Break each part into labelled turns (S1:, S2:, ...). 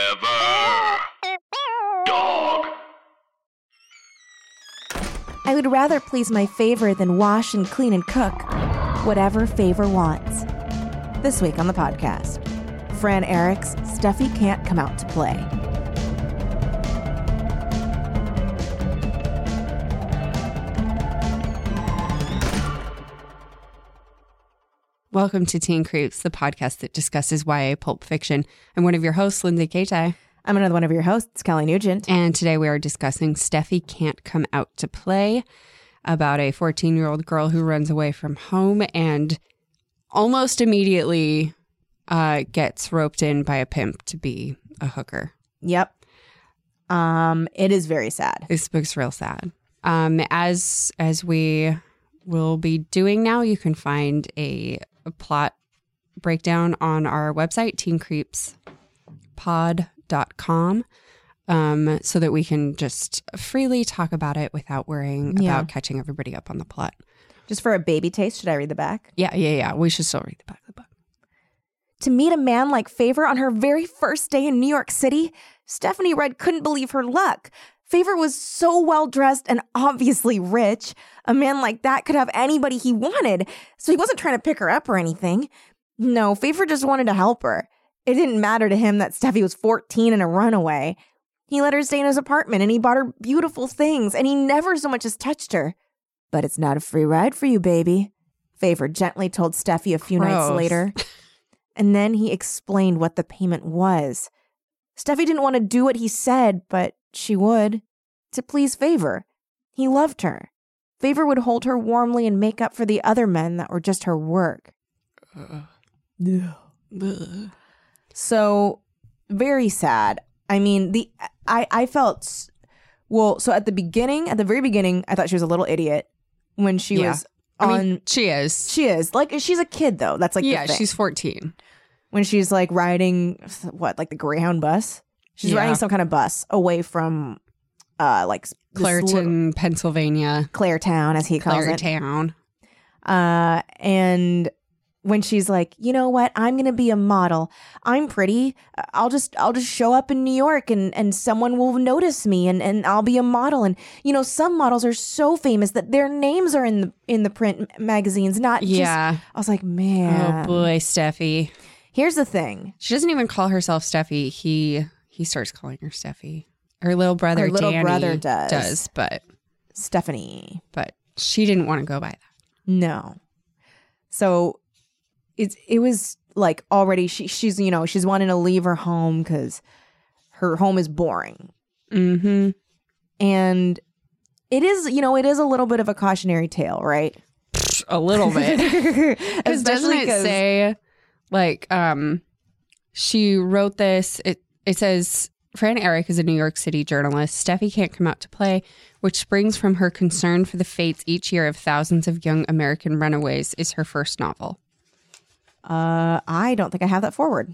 S1: Forever. Dog.
S2: I would rather please my favor than wash and clean and cook. Whatever favor wants. This week on the podcast, Fran Eric's Stuffy Can't Come Out to Play.
S3: Welcome to Teen Creeps, the podcast that discusses YA pulp fiction. I'm one of your hosts, Lindsay Kaitai,
S2: I'm another one of your hosts, Kelly Nugent.
S3: and today we are discussing Steffi Can't Come Out to Play, about a 14 year old girl who runs away from home and almost immediately uh, gets roped in by a pimp to be a hooker.
S2: Yep. Um, it is very sad.
S3: This book's real sad. Um, as as we will be doing now, you can find a, a plot breakdown on our website, teencreepspod.com, um, so that we can just freely talk about it without worrying
S2: Yeah.
S3: about catching everybody up on the plot.
S2: Just for a baby taste, should I read the back?
S3: Yeah, yeah, yeah. We should still read the back of the book.
S2: To meet a man like Favor on her very first day in New York City, Stephanie Red couldn't believe her luck. Favor was so well dressed and obviously rich. A man like that could have anybody he wanted, so he wasn't trying to pick her up or anything. No, Favor just wanted to help her. It didn't matter to him that Steffi was 14 and a runaway. He let her stay in his apartment and he bought her beautiful things and he never so much as touched her. But it's not a free ride for you, baby. Favor gently told Steffi a few nights
S3: Gross.
S2: later. And then he explained what the payment was. Steffi didn't want to do what he said, but she would. To please Favor. He loved her. Favor would hold her warmly and make up for the other men that were just her work.
S3: Ugh.
S2: So very sad. I mean, the I I felt s- well. So at the beginning, at the very beginning, I thought she was a little idiot when she
S3: Yeah.
S2: was on.
S3: I mean, she is.
S2: she is like she's a kid though. That's like the
S3: yeah,
S2: thing.
S3: she's 14.
S2: when she's like riding what like the Greyhound bus. She's
S3: Yeah.
S2: riding some kind of bus away from, uh, like s- this little-
S3: Clareton, Pennsylvania.
S2: Claretown as he calls it.
S3: Claretown.
S2: Uh, and when she's like, you know what, I'm gonna be a model. I'm pretty. I'll just I'll just show up in New York and and someone will notice me and and I'll be a model. And you know, some models are so famous that their names are in the in the print m- magazines, not just.
S3: Yeah.
S2: I was like, man.
S3: Oh boy, Steffi.
S2: Here's the thing.
S3: She doesn't even call herself Steffi. He he starts calling her Steffi. Her little brother,
S2: Her little
S3: Danny,
S2: brother does.
S3: but
S2: Stephanie.
S3: but she didn't want to go by that.
S2: No. So it's it was like already she she's you know, she's wanting to leave her home cuz her home is boring.
S3: Mm-hmm.
S2: and it is you know it is a little bit of a cautionary tale right
S3: A little bit, because doesn't
S2: Especially
S3: it
S2: 'cause-
S3: say like um she wrote this? It it says Fran Eric is a New York City journalist. Steffi can't come out to play, which springs from her concern for the fates each year of thousands of young American runaways. Is her first novel.
S2: uh i don't think i have that forward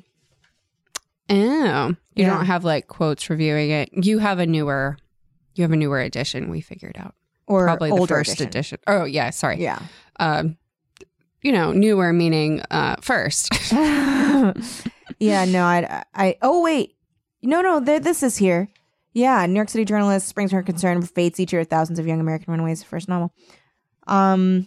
S3: Oh, you
S2: Yeah.
S3: don't have like quotes reviewing it. You have a newer, you have a newer edition. We figured out
S2: or
S3: probably the
S2: older
S3: first
S2: edition.
S3: edition. Oh yeah, sorry.
S2: yeah
S3: Um, you know, newer meaning uh first.
S2: yeah no i i oh wait no no there, this is here yeah new york city journalist springs her concern for fate's each year of thousands of young american runaways first novel um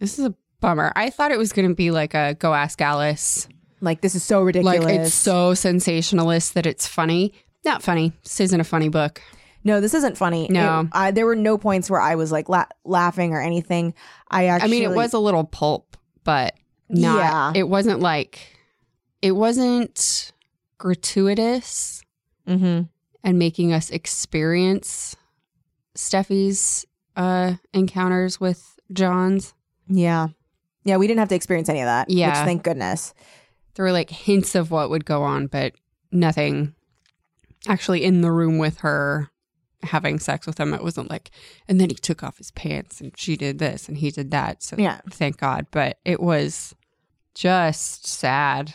S3: this is a bummer. I thought it was going to be like a Go Ask Alice.
S2: like this is so ridiculous
S3: Like it's so sensationalist that it's funny. Not funny. This isn't a funny book.
S2: no this isn't funny
S3: No.
S2: It- I, there were no points where i was like la- laughing or anything i actually
S3: I mean, it was a little pulp, but not.
S2: Yeah.
S3: It wasn't like. It wasn't gratuitous.
S2: mm-hmm.
S3: and making us experience Steffi's uh, encounters with John's.
S2: Yeah. Yeah, we didn't have to experience any of that.
S3: Yeah.
S2: Which thank goodness.
S3: There were like hints of what would go on, but nothing actually in the room with her having sex with him. It wasn't like, and then he took off his pants and she did this and he did that. So
S2: Yeah.
S3: thank God. But it was just sad.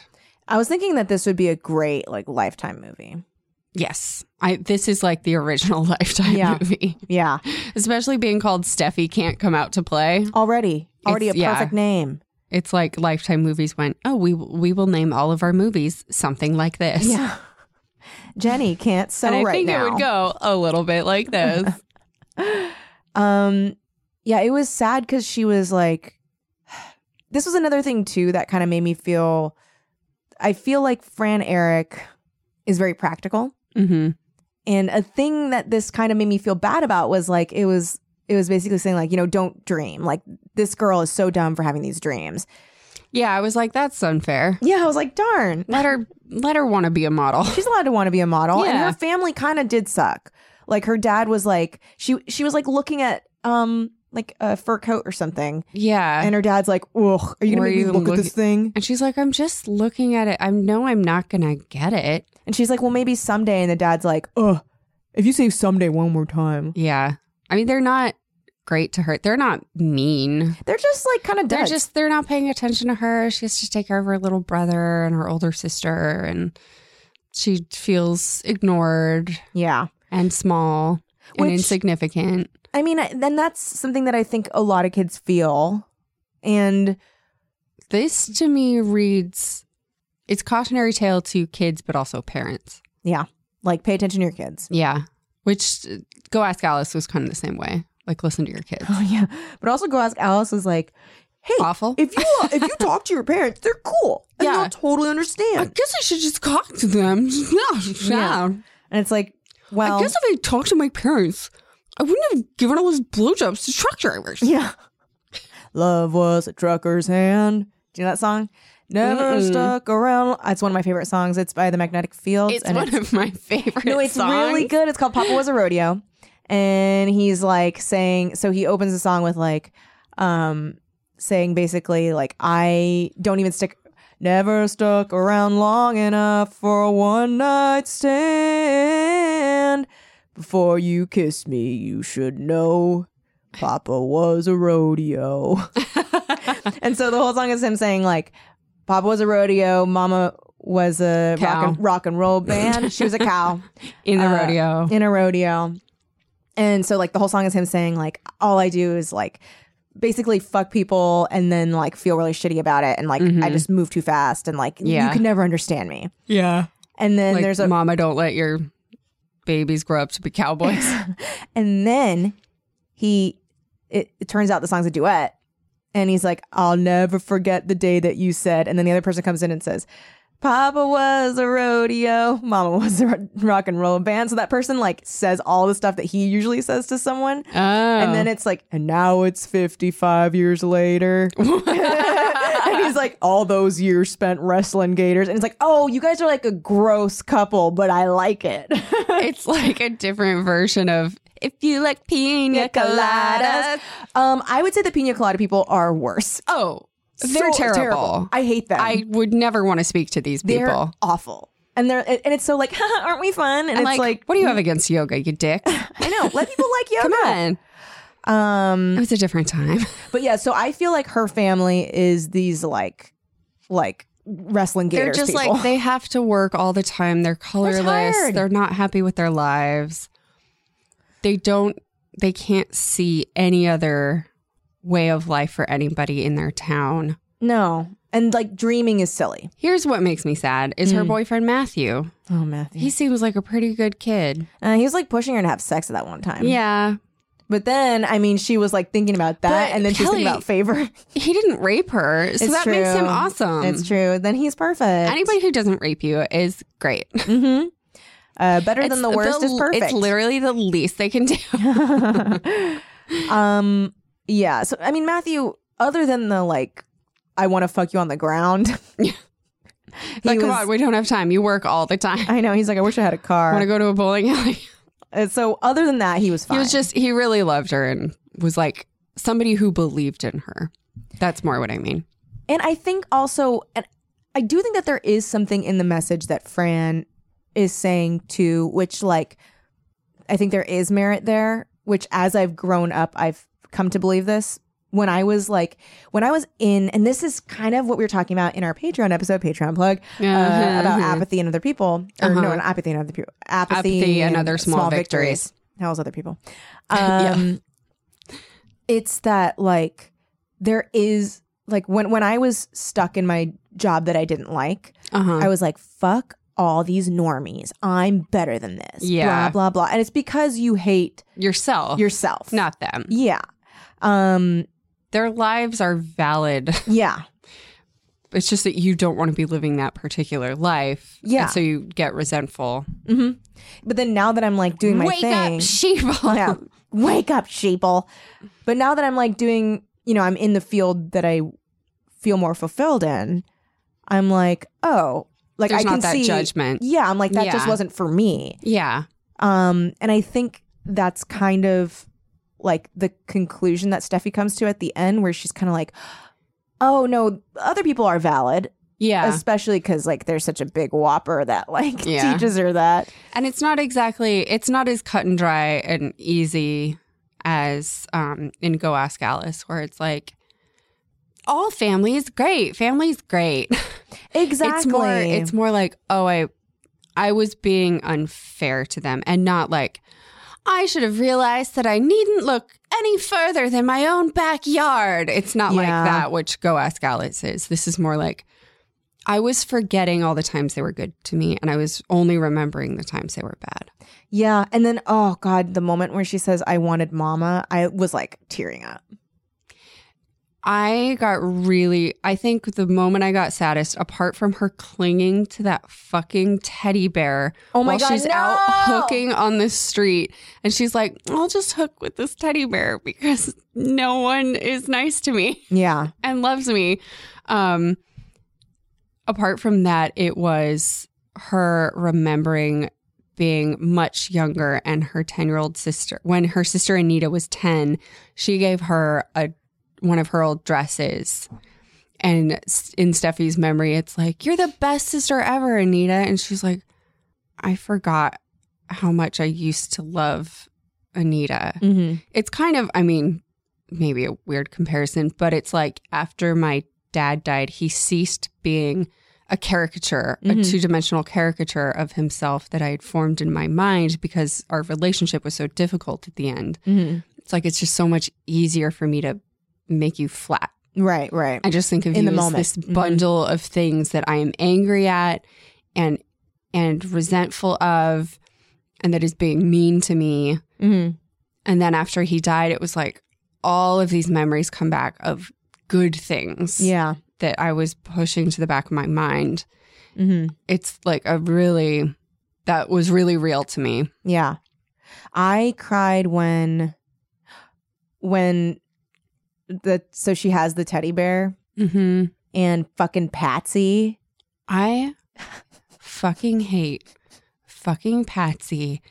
S2: I was thinking that this would be a great like lifetime movie.
S3: Yes. I this is like the original lifetime
S2: Yeah.
S3: movie.
S2: Yeah.
S3: Especially being called Steffi can't come out to play.
S2: Already. Already
S3: It's-
S2: a
S3: yeah.
S2: perfect name.
S3: It's like Lifetime movies went, oh, we we will name all of our movies something like this.
S2: Yeah. Jenny can't sew
S3: and I
S2: right
S3: think
S2: now.
S3: it would go a little bit like this.
S2: Um, yeah, it was sad because she was like, this was another thing too that kind of made me feel. I feel like Fran Eric is very practical,
S3: mm-hmm.
S2: and a thing that this kind of made me feel bad about was like it was it was basically saying like you know don't dream like this girl is so dumb for having these dreams.
S3: Yeah, I was like, that's unfair.
S2: Yeah, I was like darn,
S3: Let her let her want to be a model.
S2: she's allowed to want to be a model and
S3: Yeah.
S2: her family kind of did suck like her dad was like she she was like looking at um like a fur coat or something
S3: Yeah.
S2: and her dad's like ugh are you
S3: Were
S2: gonna make me
S3: you
S2: look, at
S3: look-
S2: this thing
S3: And she's like, I'm just looking at it. I know I'm not gonna get it.
S2: and she's like well maybe someday and the dad's like ugh if you say someday one more time
S3: Yeah. I mean, they're not great to her. They're not mean.
S2: they're just like kind of
S3: They're
S2: dead
S3: just they're not paying attention to her. She has to take care of her little brother and her older sister, and she feels ignored
S2: yeah
S3: and small and
S2: Which-
S3: insignificant.
S2: i mean I- then that's something that i think a lot of kids feel and
S3: This to me reads it's cautionary tale to kids, but also parents.
S2: like pay attention to your kids
S3: Yeah. Which uh, go ask Alice was kind of the same way. Like listen to your kids.
S2: oh yeah but also go ask alice was like hey
S3: Awful.
S2: if you if you talk to your parents, they're cool and
S3: Yeah.
S2: they'll totally
S3: I
S2: understand.
S3: guess I should just talk to them. Yeah, yeah.
S2: And it's like, well,
S3: I guess if I talked to my parents, I wouldn't have given all those blowjobs to truck drivers.
S2: yeah. Love was a trucker's hand. Do you know that song? Never
S3: Mm-mm.
S2: stuck around. It's one of my favorite songs. It's by the Magnetic Fields.
S3: It's
S2: and
S3: one of my favorite.
S2: no, it's really good. It's called Papa Was a Rodeo. And he's like saying, so he opens the song with like, um, saying basically, like, I don't even stick, never stuck around long enough for a one night stand. Before you kiss me, you should know Papa was a rodeo. and so the whole song is him saying, like, Papa was a rodeo, Mama was a rock
S3: Cow.
S2: and, rock and roll band. She was a cow
S3: in the
S2: Uh,
S3: rodeo.
S2: in a rodeo. And so like the whole song is him saying like all I do is like basically fuck people and then like feel really shitty about it and like I
S3: Mhm.
S2: just move too fast and like you
S3: Yeah.
S2: can never understand me.
S3: Yeah,
S2: And then
S3: like,
S2: there's a
S3: mom. I don't let your babies grow up to be cowboys.
S2: and then he it, it turns out the song's a duet and he's like I'll never forget the day that you said and then the other person comes in and says Papa was a rodeo, Mama was a ro- rock and roll band. So that person like says all the stuff that he usually says to someone
S3: oh,
S2: And then it's like, and now it's 55 years later. and he's like, all those years spent wrestling gators. And it's like, oh, you guys are like a gross couple, but I like it.
S3: it's like a different version of if you like pina coladas.
S2: Um, I would say the pina colada people are worse.
S3: Oh, they're
S2: So
S3: terrible. I,
S2: I hate them.
S3: would never want to speak to these
S2: they're
S3: people.
S2: awful. And they're and it's so like, "Haha, aren't we fun? And
S3: I'm
S2: it's
S3: like,
S2: like,
S3: what do you have against yoga, you dick?
S2: I know. Let people like yoga.
S3: Come on.
S2: Um,
S3: It was a different time.
S2: but yeah, so I feel like her family is these like, like wrestling
S3: They're
S2: gators.
S3: just
S2: people.
S3: like they have to work all the time. They're colorless. They're,
S2: tired.
S3: not happy with their lives. They don't they can't see any other way of life for anybody in their town.
S2: No. And like dreaming is silly.
S3: Here's what makes me sad is
S2: Mm.
S3: her boyfriend Matthew.
S2: Oh, Matthew.
S3: He
S2: He's,
S3: seems like a pretty good kid.
S2: uh, he was like pushing her to have sex at that one time.
S3: Yeah.
S2: But then, I mean, she was like thinking about that
S3: But
S2: and then she was thinking
S3: Kelly-
S2: about favor.
S3: He didn't rape her. So
S2: It's
S3: that makes him
S2: true.
S3: awesome.
S2: it's true. Then he's perfect.
S3: Hmm. Anybody who doesn't rape you is great.
S2: hmm Uh, better
S3: It's
S2: than the worst is perfect.
S3: It's literally the least they can do.
S2: um, yeah. So, I mean, Matthew, other than the like, I want to fuck you on the ground. he
S3: like, come
S2: was-
S3: on, we don't have time. You work all the time.
S2: I know. He's like, I wish I had a car.
S3: want to go to a bowling alley.
S2: Uh, so, other than that, he was fine.
S3: He was just he really loved her and was like somebody who believed in her. That's more what I mean.
S2: And I think also, and I do think that there is something in the message that Fran is saying too, which like I think there is merit there. Which as I've grown up, I've come to believe this. When I was like, when I was in, and this is kind of what we were talking about in our Patreon episode, Patreon plug, uh,
S3: Uh-huh,
S2: about
S3: uh-huh.
S2: apathy and other people, or
S3: Uh-huh.
S2: no, not apathy and other people, apathy,
S3: Apathy and other small victories.
S2: How else other people?
S3: Yeah.
S2: Um, It's that like there is like when when I was stuck in my job that I didn't like,
S3: Uh huh.
S2: I was like, "Fuck all these normies. I'm better than this.
S3: Yeah.
S2: Blah, blah, blah. And it's because you hate
S3: Yourself,
S2: yourself.
S3: not them.
S2: Yeah. Um,
S3: Their lives are valid.
S2: yeah.
S3: It's just that you don't want to be living that particular life.
S2: Yeah.
S3: And so you get resentful.
S2: hmm But then now that I'm like doing my
S3: Wake
S2: thing.
S3: up, Sheba.
S2: yeah. Wake up, sheeple. But now that I'm like doing, you know, I'm in the field that I feel more fulfilled in, I'm like, oh, like
S3: There's
S2: I can
S3: not that
S2: see.
S3: judgment.
S2: Yeah, I'm like that just
S3: Yeah.
S2: wasn't for me.
S3: Yeah.
S2: Um, and I think that's kind of like the conclusion that Steffi comes to at the end, where she's kind of like, oh no, other people are valid,
S3: Yeah.
S2: especially because like they're such a big whopper that like
S3: Yeah.
S2: teaches her that.
S3: And it's not exactly it's not as cut and dry and easy as um in Go Ask Alice where it's like all family is great. Family's great.
S2: Exactly.
S3: It's more it's more like, oh, I I was being unfair to them and not like I should have realized that I needn't look any further than my own backyard. It's not like
S2: Yeah.
S3: that, which Go Ask Alice is. This is more like I was forgetting all the times they were good to me and I was only remembering the times they were bad.
S2: yeah. And then oh god, the moment where she says, "I wanted Mama," I was like tearing up.
S3: I got really, I think the moment I got saddest, apart from her clinging to that fucking teddy bear
S2: Oh my
S3: while
S2: God,
S3: she's out
S2: no!
S3: hooking on the street, and she's like, I'll just hook with this teddy bear because no one is nice to me
S2: Yeah.
S3: and loves me. Um, apart from that, it was her remembering being much younger and her 10 year old sister. When her sister Anita was 10, she gave her a one of her old dresses. And s- in Steffi's memory, it's like, You're the best sister ever, Anita. And she's like, I forgot how much I used to love Anita
S2: Mm-hmm.
S3: it's kind of i mean maybe a weird comparison but it's like after my dad died he ceased being a caricature a
S2: Mhm.
S3: two-dimensional caricature of himself that i had formed in my mind because our relationship was so difficult at the end
S2: Mm-hmm.
S3: it's like it's just so much easier for me to make you flat
S2: Right. Right.
S3: i just think of
S2: In
S3: you
S2: the
S3: as
S2: moment.
S3: this
S2: Mhm.
S3: bundle of things that i am angry at and and resentful of and that is being mean to me
S2: Mm-hmm.
S3: and then after he died, it was like all of these memories come back of good things
S2: Yeah.
S3: that I was pushing to the back of my mind.
S2: Mm-hmm.
S3: It's like a really, that was really real to me.
S2: Yeah. I cried when when the so she has the teddy bear
S3: Mm-hmm.
S2: and fucking Patsy.
S3: I fucking hate fucking Patsy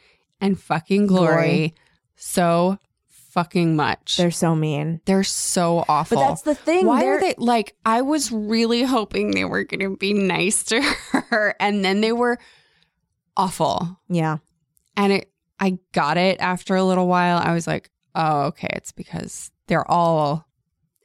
S3: and fucking Glory,
S2: Glory.
S3: so fucking much. They're,
S2: They're so mean.
S3: so
S2: But
S3: awful.
S2: that's the thing.
S3: Why
S2: they're-
S3: are they like? I was really hoping they were going to be nice to her, and then they were awful.
S2: Yeah.
S3: And it, I got it after a little while. I was like, oh, okay, it's because they're all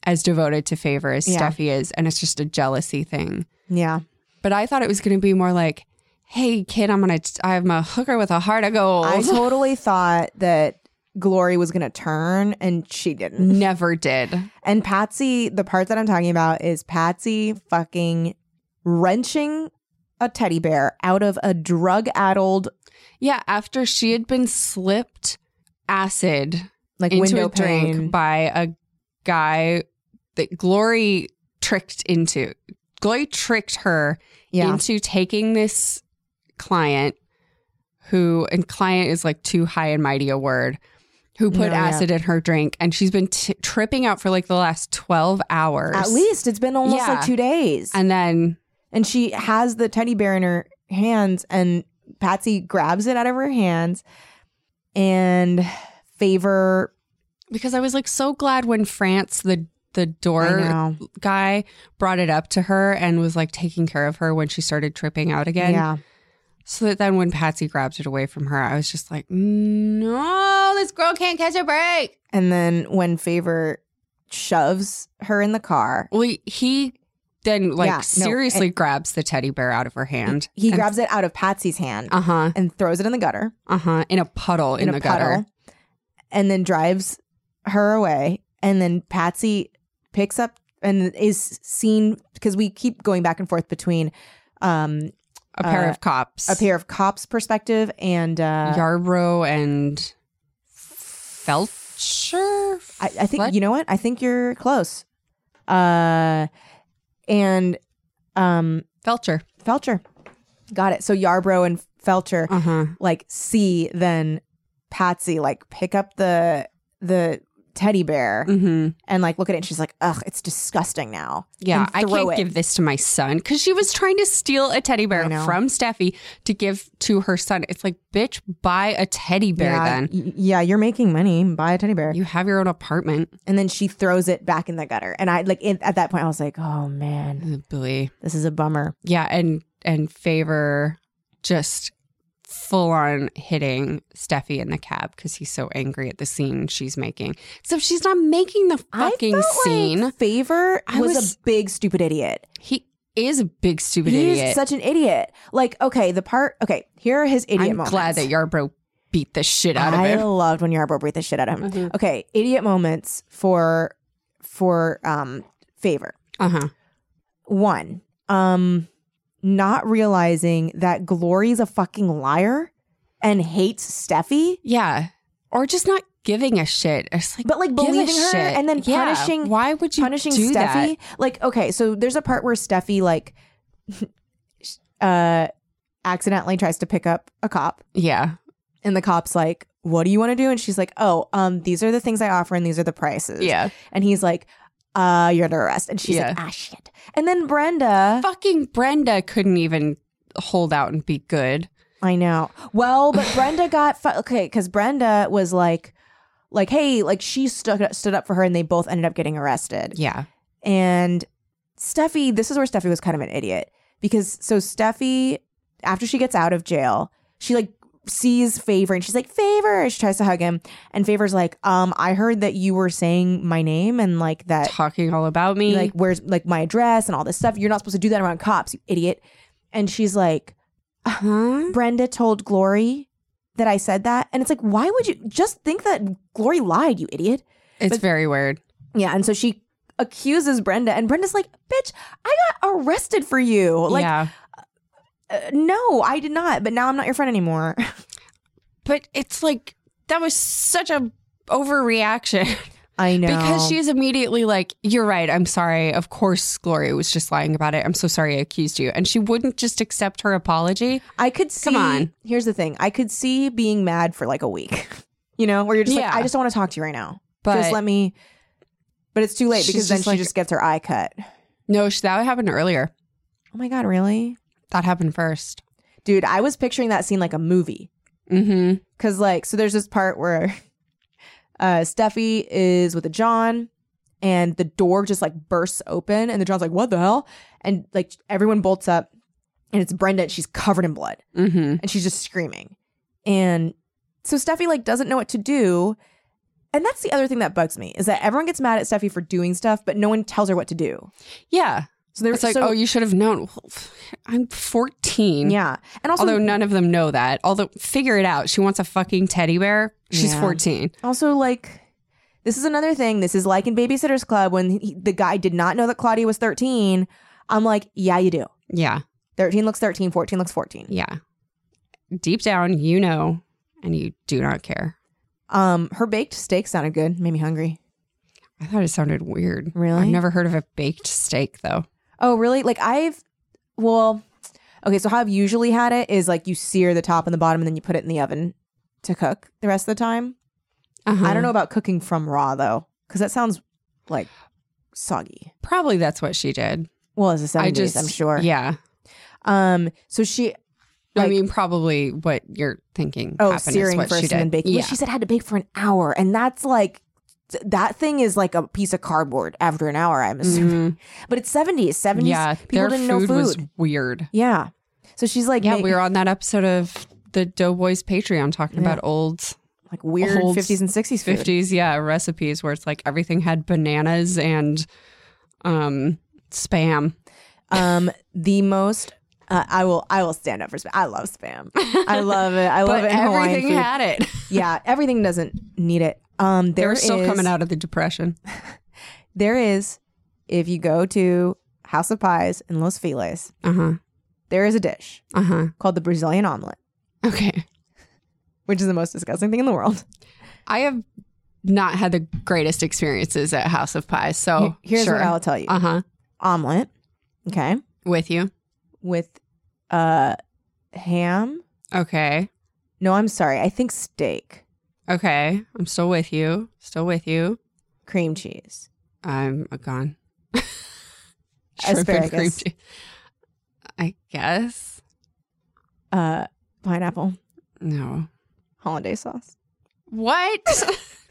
S3: as devoted to favor as
S2: Yeah.
S3: Steffi is, and it's just a jealousy thing.
S2: Yeah.
S3: But I thought it was going to be more like, hey, kid, I'm gonna, t- I'm a hooker with a heart of gold.
S2: I totally thought that Glory was gonna turn and she didn't.
S3: Never did.
S2: And Patsy, the part that I'm talking about is Patsy fucking wrenching a teddy bear out of a drug addled
S3: Yeah, after she had been slipped acid
S2: like
S3: into
S2: window
S3: a drink
S2: pane.
S3: by a guy that Glory tricked into. Glory tricked her
S2: yeah.
S3: into taking this client who, and client is like too high and mighty a word, who put
S2: No, yeah.
S3: acid in her drink. And she's been t- tripping out for like the last 12 hours.
S2: At least it's been almost
S3: Yeah.
S2: like two days. And,
S3: And then,
S2: she has the teddy bear in her hands, and Patsy grabs it out of her hands and favor.
S3: because I was like so glad when France, the the
S2: I
S3: door
S2: know.
S3: guy brought it up to her and was like taking care of her when she started tripping out again.
S2: Yeah.
S3: So that then when Patsy grabs it away from her, I was just like, no, this girl can't catch a break.
S2: And then when favor shoves her in the car,
S3: Well, he then like
S2: Yeah, no,
S3: seriously grabs the teddy bear out of her hand.
S2: he grabs it out of Patsy's hand
S3: Uh huh.
S2: and throws it in the gutter,
S3: Uh huh. In a puddle in,
S2: in,
S3: the
S2: a puddle,
S3: gutter.
S2: and then drives her away. And then Patsy picks up and is seen because we keep going back and forth between um
S3: a pair
S2: uh,
S3: of cops,
S2: a pair of cops' perspective and uh,
S3: Yarbrough and Felcher.
S2: I, I think
S3: What?
S2: you know what? I think you're close. Uh, and um,
S3: Felcher.
S2: Felcher, got it. So Yarbrough and Felcher
S3: Uh huh.
S2: like see then Patsy like pick up the the teddy bear
S3: Mm-hmm.
S2: and like look at it. and She's like, ugh, it's disgusting now.
S3: Yeah,
S2: and
S3: I
S2: throw
S3: can't
S2: it.
S3: give this to my son because she was trying to steal a teddy bear
S2: I know.
S3: from Steffi to give to her son. It's like, bitch, buy a teddy bear
S2: yeah,
S3: then.
S2: y- yeah, you're making money. Buy a teddy bear.
S3: You have your own apartment.
S2: and then she throws it back in the gutter. And I like it, at that point, I was like, oh man,
S3: Ugh, Mm, Billy.
S2: this is a bummer.
S3: Yeah, and and favor just full on hitting Steffi in the cab because he's so angry at the scene she's making. So she's not making the fucking
S2: I felt like
S3: scene.
S2: Favor
S3: I
S2: was,
S3: was-
S2: a big stupid idiot.
S3: he is a big stupid
S2: He's
S3: idiot.
S2: such an idiot. Like, okay, the part. Okay, here are his idiot
S3: I'm
S2: moments.
S3: glad that Yarbrough beat the shit out of
S2: I
S3: him. Mm-hmm.
S2: loved when Yarbo breathed the shit out of him. Okay, idiot moments for for um favor.
S3: Uh huh.
S2: One, um, not realizing that Glory's a fucking liar and hates Steffi.
S3: Yeah. Or just not giving a shit. It's like
S2: But, like,
S3: give a
S2: believing her
S3: shit.
S2: and then
S3: Yeah.
S2: punishing-
S3: Why would you
S2: punishing
S3: do
S2: Steffi.
S3: that?
S2: Like, okay, so there's a part where Steffi like uh accidentally tries to pick up a cop
S3: Yeah.
S2: and the cop's like, What do you want to do? And she's like, Oh, um, these are the things I offer and these are the prices.
S3: Yeah.
S2: And he's like, uh, you're under arrest. And she's
S3: Yeah.
S2: like, ah shit. And then Brenda
S3: Fucking Brenda couldn't even hold out and be good.
S2: I know. Well, but Brenda got fu- okay because Brenda was like, like, hey, like she stood stood up for her, and they both ended up getting arrested.
S3: Yeah.
S2: And Steffi, this is where Steffi was kind of an idiot because so Steffi, after she gets out of jail, she like sees Favor and she's like, Favor. She tries to hug him. And Favor's like, um, I heard that you were saying my name and like that,
S3: Talking all about me.
S2: like, where's like my address and all this stuff. You're not supposed to do that around cops, you idiot. And she's like,
S3: huh?
S2: Brenda told Glory that I said that. And it's like, why would you just think that Glory lied, you idiot?
S3: It's
S2: But-
S3: very weird.
S2: Yeah, and so she accuses Brenda, and Brenda's like, "Bitch, I got arrested for you. Like,
S3: yeah.
S2: uh, no, I did not. But now I'm not your friend anymore."
S3: But it's like that was such a overreaction
S2: I know
S3: because she's immediately like, "You're right. I'm sorry. Of course, Gloria was just lying about it. I'm so sorry. I accused you." And she wouldn't just accept her apology.
S2: I could see.
S3: Come on.
S2: Here's the thing: I could see being mad for like a week. You know, where you're just like,
S3: Yeah.
S2: "I just don't want to talk to you right now.
S3: But
S2: just let me." But it's too late
S3: She's
S2: because then
S3: just
S2: she
S3: like-
S2: just gets her eye cut.
S3: no, sh- that happened earlier.
S2: Oh my god, really,
S3: That happened first.
S2: dude? I was picturing that scene like a movie.
S3: Mm-hmm.
S2: Cause like, so there's this part where uh Steffi is with a John and the door just like bursts open and the John's like, what the hell? And like everyone bolts up and it's Brenda and she's covered in blood
S3: Mm-hmm.
S2: and she's just screaming. And so Steffi like doesn't know what to do. And that's the other thing that bugs me is that everyone gets mad at Steffi for doing stuff, but no one tells her what to do.
S3: Yeah.
S2: So there's
S3: It's like, oh, you should have known. Well, I'm 14.
S2: yeah. And also,
S3: Although none of them know that. Although, figure it out. She wants a fucking teddy bear. She's
S2: Yeah.
S3: 14.
S2: Also, like, this is another thing. This is like in Babysitter's Club when he, the guy did not know that Claudia was 13. I'm like, yeah, you do.
S3: Yeah.
S2: 13 looks 13, 14 looks 14.
S3: Yeah. Deep down, you know, and you do not care.
S2: Um, her baked steak sounded good, made me hungry.
S3: I thought it sounded weird.
S2: Really?
S3: I've never heard of a baked steak, though.
S2: Oh, really? Like, I've, well, okay, so how I've usually had it is like you sear the top and the bottom and then you put it in the oven to cook the rest of the time.
S3: Uh-huh.
S2: I don't know about cooking from raw though, because that sounds like soggy.
S3: Probably that's what she did.
S2: Well, as a 70s,
S3: I just,
S2: I'm sure.
S3: Yeah.
S2: Um, so she,
S3: I
S2: Like-
S3: mean, probably what you're thinking.
S2: Oh,
S3: happened is
S2: searing
S3: what
S2: first
S3: she
S2: and then
S3: did.
S2: baking.
S3: Yeah.
S2: Well, she said had to bake for an hour, and that's like th- that thing is like a piece of cardboard after an hour. I'm assuming,
S3: Mhm.
S2: but it's seventies. Seventies.
S3: yeah.
S2: people
S3: Their
S2: didn't know
S3: food was
S2: food.
S3: weird.
S2: Yeah. So she's like,
S3: Yeah,
S2: ma-
S3: we were on that episode of the Doughboys Patreon talking
S2: Yeah.
S3: about old
S2: like weird
S3: old
S2: fifties and sixties food.
S3: 50s, yeah, recipes where it's like everything had bananas and um spam.
S2: Um, the most. Uh, I will. I will stand up for spam. I love spam. I love it. I love
S3: But
S2: it. in Hawaiian
S3: everything
S2: food.
S3: had it.
S2: yeah, everything doesn't need it. Um,
S3: They
S2: there
S3: were still
S2: is-
S3: coming out of the depression.
S2: There is, if you go to House of Pies in Los Feliz,
S3: Uh huh.
S2: there is a dish
S3: Uh huh.
S2: called the Brazilian omelet,
S3: Okay.
S2: which is the most disgusting thing in the world.
S3: I have not had the greatest experiences at House of Pie, so
S2: Here- Here's
S3: Oh, sure.
S2: what I'll tell you:
S3: Uh huh.
S2: omelet, okay,
S3: With you.
S2: with uh ham.
S3: Okay.
S2: No, I'm sorry. I think steak,
S3: Okay. I'm still with you. Still with you.
S2: cream cheese,
S3: I'm gone. Shrimp and cream
S2: Asparagus.
S3: cheese. I guess.
S2: uh, pineapple,
S3: No.
S2: hollandaise sauce.
S3: What?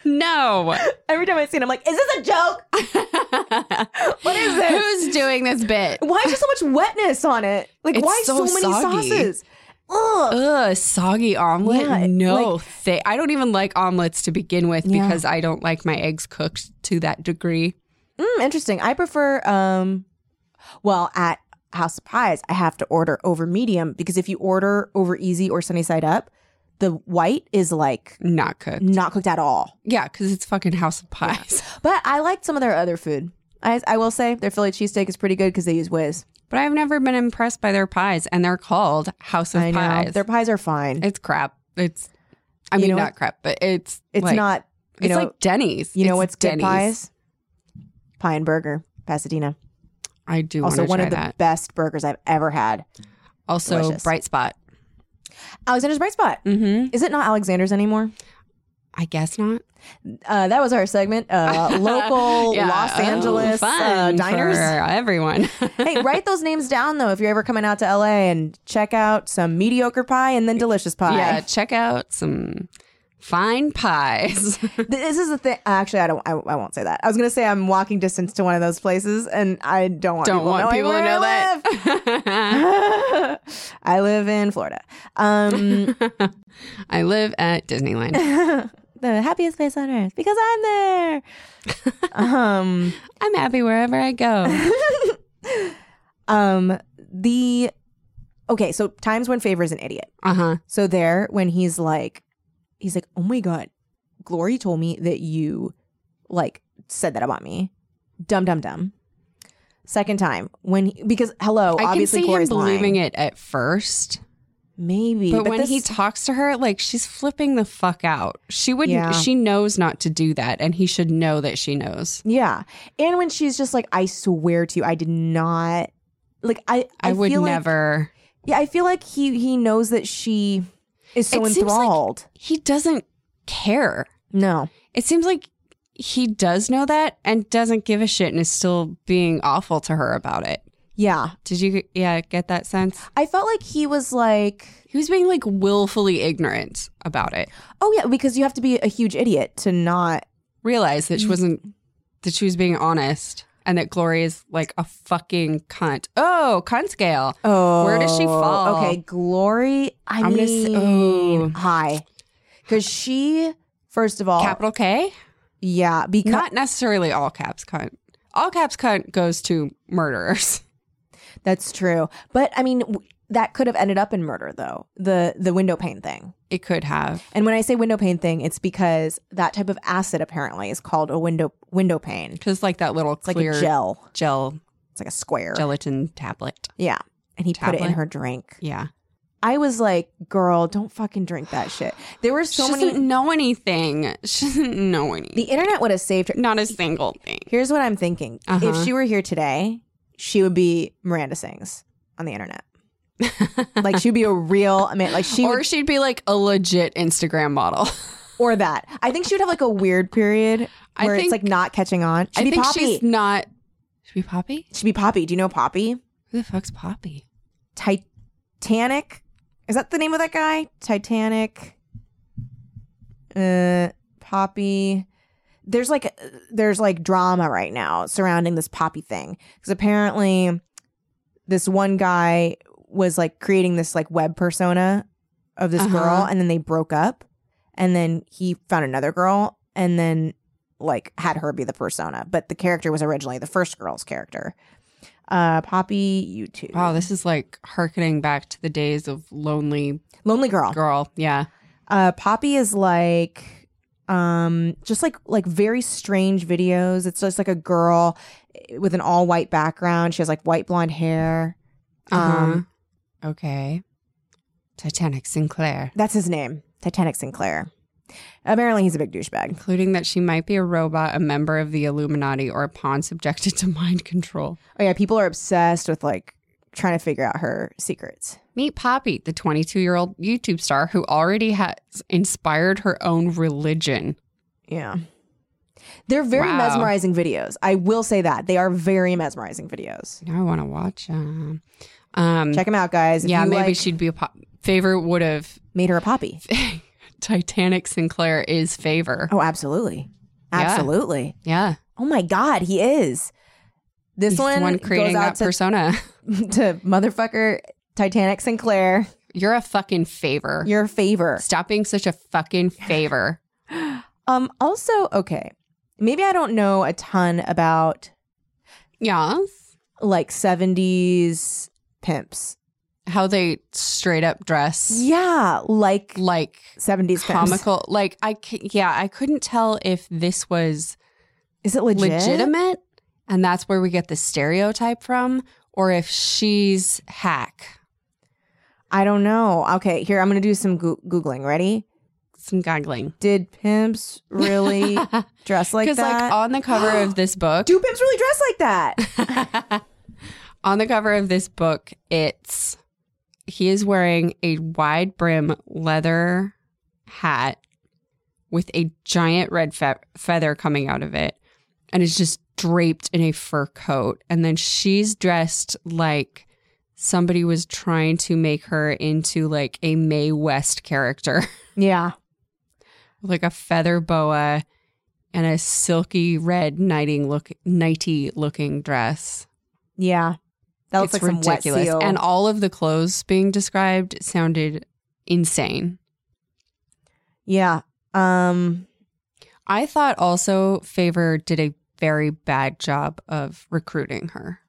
S3: no.
S2: Every time I see it, I'm like, is this a joke?
S3: what
S2: is this?
S3: Who's doing this bit?
S2: Why is there so much wetness on it? Like,
S3: It's
S2: why so,
S3: so
S2: many
S3: soggy.
S2: sauces? Ugh.
S3: Ugh, soggy omelet.
S2: Yeah, it-
S3: no, thi- I don't even like omelets to begin with
S2: Yeah.
S3: because I don't like my eggs cooked to that degree.
S2: Mm, interesting. I prefer, um, well, at House of Pies, I have to order over medium because if you order over easy or sunny side up, the white is like
S3: Not cooked.
S2: not cooked at all.
S3: Yeah, because it's fucking House of Pies.
S2: But I liked some of their other food. I, I will say their Philly cheesesteak is pretty good because they use whiz.
S3: But I've never been impressed by their pies, and they're called House of
S2: I know
S3: Pies.
S2: their pies are fine.
S3: it's crap. It's, I
S2: You
S3: mean,
S2: know
S3: not
S2: what?
S3: crap, but it's
S2: It's
S3: like-
S2: not. You
S3: it's
S2: know,
S3: like Denny's.
S2: you know
S3: It's
S2: what's
S3: Denny's.
S2: good pies? Pie and Burger, Pasadena.
S3: I do want
S2: Also,
S3: to
S2: one
S3: try
S2: of the
S3: that.
S2: best burgers I've ever had.
S3: Also,
S2: delicious.
S3: Bright Spot.
S2: Alexander's Bright Spot.
S3: Mm-hmm.
S2: Is it not Alexander's anymore?
S3: I guess not.
S2: Uh, that was our segment. Uh, local
S3: Yeah.
S2: Los
S3: Oh,
S2: Angeles uh,
S3: fun
S2: diners.
S3: for everyone.
S2: hey, write those names down though if you're ever coming out to LA and check out some mediocre pie and then delicious pie.
S3: Yeah, check out some fine pies.
S2: This is the thing. Actually, I don't. I, I won't say that. I was gonna say I'm walking distance to one of those places, and I don't want
S3: Don't
S2: people
S3: want
S2: knowing
S3: people to
S2: where I
S3: know
S2: live.
S3: that.
S2: I live in Florida. Um,
S3: I live at Disneyland.
S2: the happiest place on earth because I'm there. um,
S3: I'm happy wherever I go.
S2: um, the okay. So times when Favor's an idiot.
S3: Uh huh.
S2: So there, when he's like, he's like, oh my god, Glory told me that you like said that about me. Dumb, dumb, dumb. Second time when he, because hello,
S3: I can
S2: obviously
S3: see him
S2: Glory's
S3: believing
S2: lying.
S3: it at first,
S2: Maybe,
S3: but, when
S2: this-
S3: he talks to her, like she's flipping the fuck out. She wouldn't.
S2: Yeah.
S3: She knows not to do that, and he should know that she knows.
S2: Yeah. And when she's just like, I swear to you, I did not like I
S3: I, would
S2: feel like-
S3: never.
S2: yeah, I feel like he he knows that she is so
S3: It seems like-
S2: enthralled.
S3: He doesn't care.
S2: no.
S3: It seems like he does know that and doesn't give a shit and is still being awful to her about it.
S2: Yeah.
S3: Did you yeah, get that sense?
S2: I felt like he was like,
S3: He was being like willfully ignorant about it.
S2: Oh yeah, because you have to be a huge idiot to not
S3: Realized that she wasn't that she was being honest and that Glory is like a fucking cunt. Oh, cunt scale.
S2: Oh
S3: Where does she fall?
S2: Okay, Glory, I
S3: I'm gonna s-
S2: mean
S3: oh.
S2: high. Cause she first of all
S3: Capital K?
S2: Yeah, because
S3: Not necessarily all caps cunt. All caps cunt goes to murderers.
S2: that's true. But I mean w- that could have ended up in murder though. The the window pane thing.
S3: It could have.
S2: And when I say window pane thing, it's because that type of acid apparently is called a window window pane.
S3: Just like that little
S2: It's like
S3: clear
S2: a gel.
S3: gel
S2: It's like a square.
S3: gelatin tablet.
S2: Yeah. And he put it in
S3: Tablet?
S2: her drink.
S3: Yeah.
S2: I was like, girl, don't fucking drink that shit. There were so
S3: she
S2: many
S3: doesn't know anything. She doesn't know anything.
S2: the internet would have saved her.
S3: Not a single thing.
S2: Here's what I'm thinking. If
S3: Uh-huh.
S2: she were here today, she would be Miranda Sings on the internet. like she'd be a real I mean like she
S3: or
S2: would,
S3: she'd be like a legit Instagram model.
S2: or that. I think she would have like a weird period
S3: I
S2: where it's
S3: think-
S2: like not catching on. She'd
S3: I
S2: be
S3: think
S2: Poppy.
S3: she's not. Should be Poppy?
S2: She'd be Poppy. Do you know Poppy?
S3: Who the fuck's Poppy?
S2: Titanic. Is that the name of that guy? Titanic. Uh, Poppy. There's like there's like drama right now surrounding this Poppy thing because apparently this one guy was like creating this like web persona of this girl
S3: Uh-huh.
S2: and then they broke up and then he found another girl and then like had her be the persona but the character was originally the first girl's character uh poppy you too
S3: Wow, this is like harkening back to the days of lonely
S2: lonely girl
S3: girl. Yeah.
S2: Uh, Poppy is like um just like like very strange videos. It's just like a girl with an all white background. She has like white blonde hair. Um
S3: Uh-huh. Okay. Titanic Sinclair.
S2: That's his name, Titanic Sinclair. Apparently, he's a big douchebag.
S3: Including that she might be a robot, a member of the Illuminati, or a pawn subjected to mind control.
S2: Oh, yeah, people are obsessed with like trying to figure out her secrets.
S3: Meet Poppy, the 22 year old YouTube star who already has inspired her own religion.
S2: Yeah. They're very
S3: Wow.
S2: mesmerizing videos. I will say that. They are very mesmerizing videos.
S3: Now I want to watch. Um, um,
S2: Check them out, guys. If
S3: yeah,
S2: you,
S3: maybe
S2: like,
S3: she'd be a pop. Favor would have.
S2: made her a poppy.
S3: Titanic Sinclair is Favor.
S2: Oh, absolutely.
S3: Yeah.
S2: Absolutely.
S3: Yeah.
S2: Oh my God, he is. This
S3: He's the
S2: one,
S3: one creating
S2: goes out
S3: that persona.
S2: to, to motherfucker Titanic Sinclair.
S3: You're a fucking favor.
S2: Your favor.
S3: Stop being such a fucking favor.
S2: Um. Also, okay. Maybe I don't know a ton about
S3: yes.
S2: like seventies pimps.
S3: How they straight up dress
S2: Yeah, like
S3: like
S2: seventies pimps.
S3: comical. Like I, c- yeah, I couldn't tell if this was
S2: Is it legit?
S3: legitimate, and that's where we get the stereotype from, or if she's hack,
S2: I don't know. Okay, here I'm gonna do some goo- googling. Ready?
S3: some goggling.
S2: Did pimps really dress like
S3: Because
S2: that?
S3: like on the cover of this book,
S2: do pimps really dress like that?
S3: on the cover of this book, it's he is wearing a wide brim leather hat with a giant red fe- feather coming out of it and is just draped in a fur coat. And then she's dressed like somebody was trying to make her into like a Mae West character,
S2: yeah.
S3: like a feather boa and a silky red knighting look nighty looking dress
S2: Yeah. That looks
S3: it's
S2: like
S3: ridiculous.
S2: some wet seal.
S3: And all of the clothes being described sounded insane.
S2: yeah. Um
S3: I thought also Favor did a very bad job of recruiting her.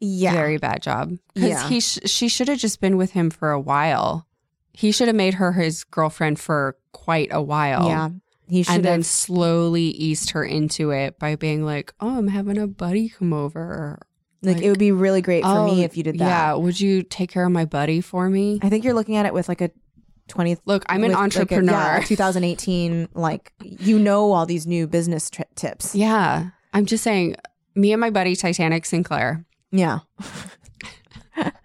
S2: yeah.
S3: Very bad job. Because
S2: Yeah.
S3: he sh- she should have just been with him for a while. He should have made her his girlfriend for quite a while.
S2: Yeah. He should
S3: And then
S2: have
S3: slowly eased her into it by being like, oh, I'm having a buddy come over.
S2: like,
S3: like,
S2: it would be really great for
S3: "Oh,
S2: me if you did that.
S3: Yeah. Would you take care of my buddy for me?
S2: I think you're looking at it with like a 20th
S3: Look, I'm
S2: with,
S3: an
S2: like, a-
S3: entrepreneur.
S2: yeah, 2018 like you know all these new business tri- tips.
S3: Yeah. I'm just saying, me and my buddy Titanic Sinclair.
S2: Yeah.
S3: Um,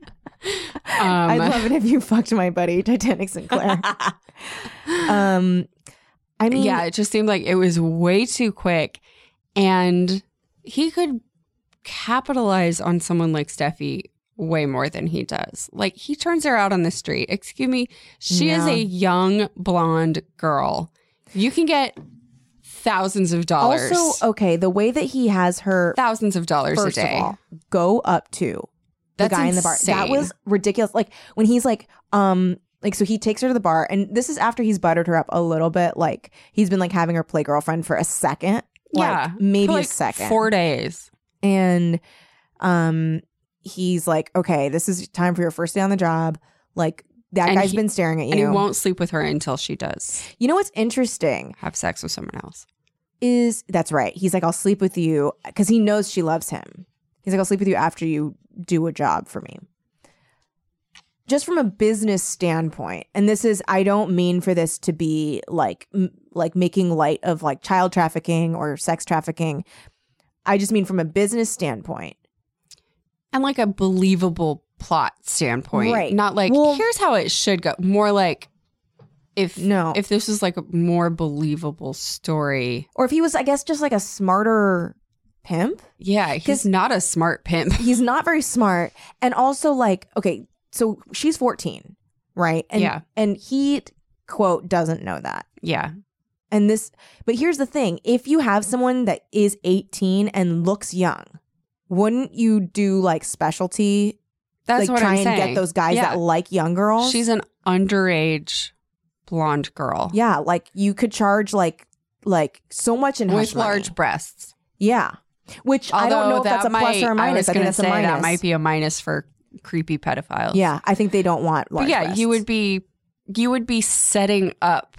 S2: I'd love it if you fucked my buddy Titanic Sinclair. um I mean
S3: yeah,
S2: yeah.
S3: it just seemed like it was way too quick. And he could capitalize on someone like Steffi way more than he does. Like, he turns her out on the street. Excuse me. She is
S2: Yeah.
S3: a young blonde girl. You can get thousands of dollars.
S2: Also, okay, the way that he has her
S3: thousands of dollars
S2: first
S3: a
S2: of
S3: day.
S2: all go up to the
S3: That's
S2: guy in the bar. That
S3: insane.
S2: was ridiculous. Like when he's like, um, like so he takes her to the bar, and this is after he's buttered her up a little bit. Like he's been like having her play girlfriend for a second, like,
S3: yeah.
S2: maybe
S3: for
S2: a
S3: like
S2: second,
S3: Four days.
S2: and um, he's like, okay, this is time for your first day on the job. Like that
S3: And
S2: guy's
S3: he-
S2: been staring at you.
S3: And he won't sleep with her until she does.
S2: you know what's interesting
S3: have sex with someone else.
S2: is that's right. He's like, I'll sleep with you because he knows she loves him. He's like, I'll sleep with you after you do a job for me. Just from a business standpoint, and this is, I don't mean for this to be like, m- like making light of like child trafficking or sex trafficking. I just mean from a business standpoint.
S3: And like a believable plot standpoint.
S2: Right.
S3: Not like
S2: Well-
S3: here's how it should go. More like if
S2: No.
S3: if this was like a more believable story.
S2: Or if he was, I guess, just like a smarter pimp,
S3: Yeah,
S2: 'Cause-
S3: he's not a smart pimp.
S2: he's not very smart and also like okay so she's 14 right and
S3: Yeah.
S2: and he quote doesn't know that
S3: Yeah.
S2: and this but here's the thing if you have someone that is 18 and looks young wouldn't you do like specialty
S3: That's
S2: like
S3: what
S2: try
S3: I'm
S2: and
S3: saying.
S2: get those guys
S3: Yeah.
S2: that like young girls
S3: She's an underage blonde girl.
S2: yeah like you could charge like like so much in
S3: With
S2: hush money.
S3: large breasts.
S2: yeah which i don't
S3: Although
S2: know if
S3: that
S2: that's a
S3: might,
S2: plus or a minus
S3: I, was
S2: i, think
S3: gonna
S2: that's
S3: say
S2: a minus
S3: That might be a minus for creepy pedophiles.
S2: yeah i think they don't want large
S3: but yeah,
S2: breasts.
S3: you would be you would be setting up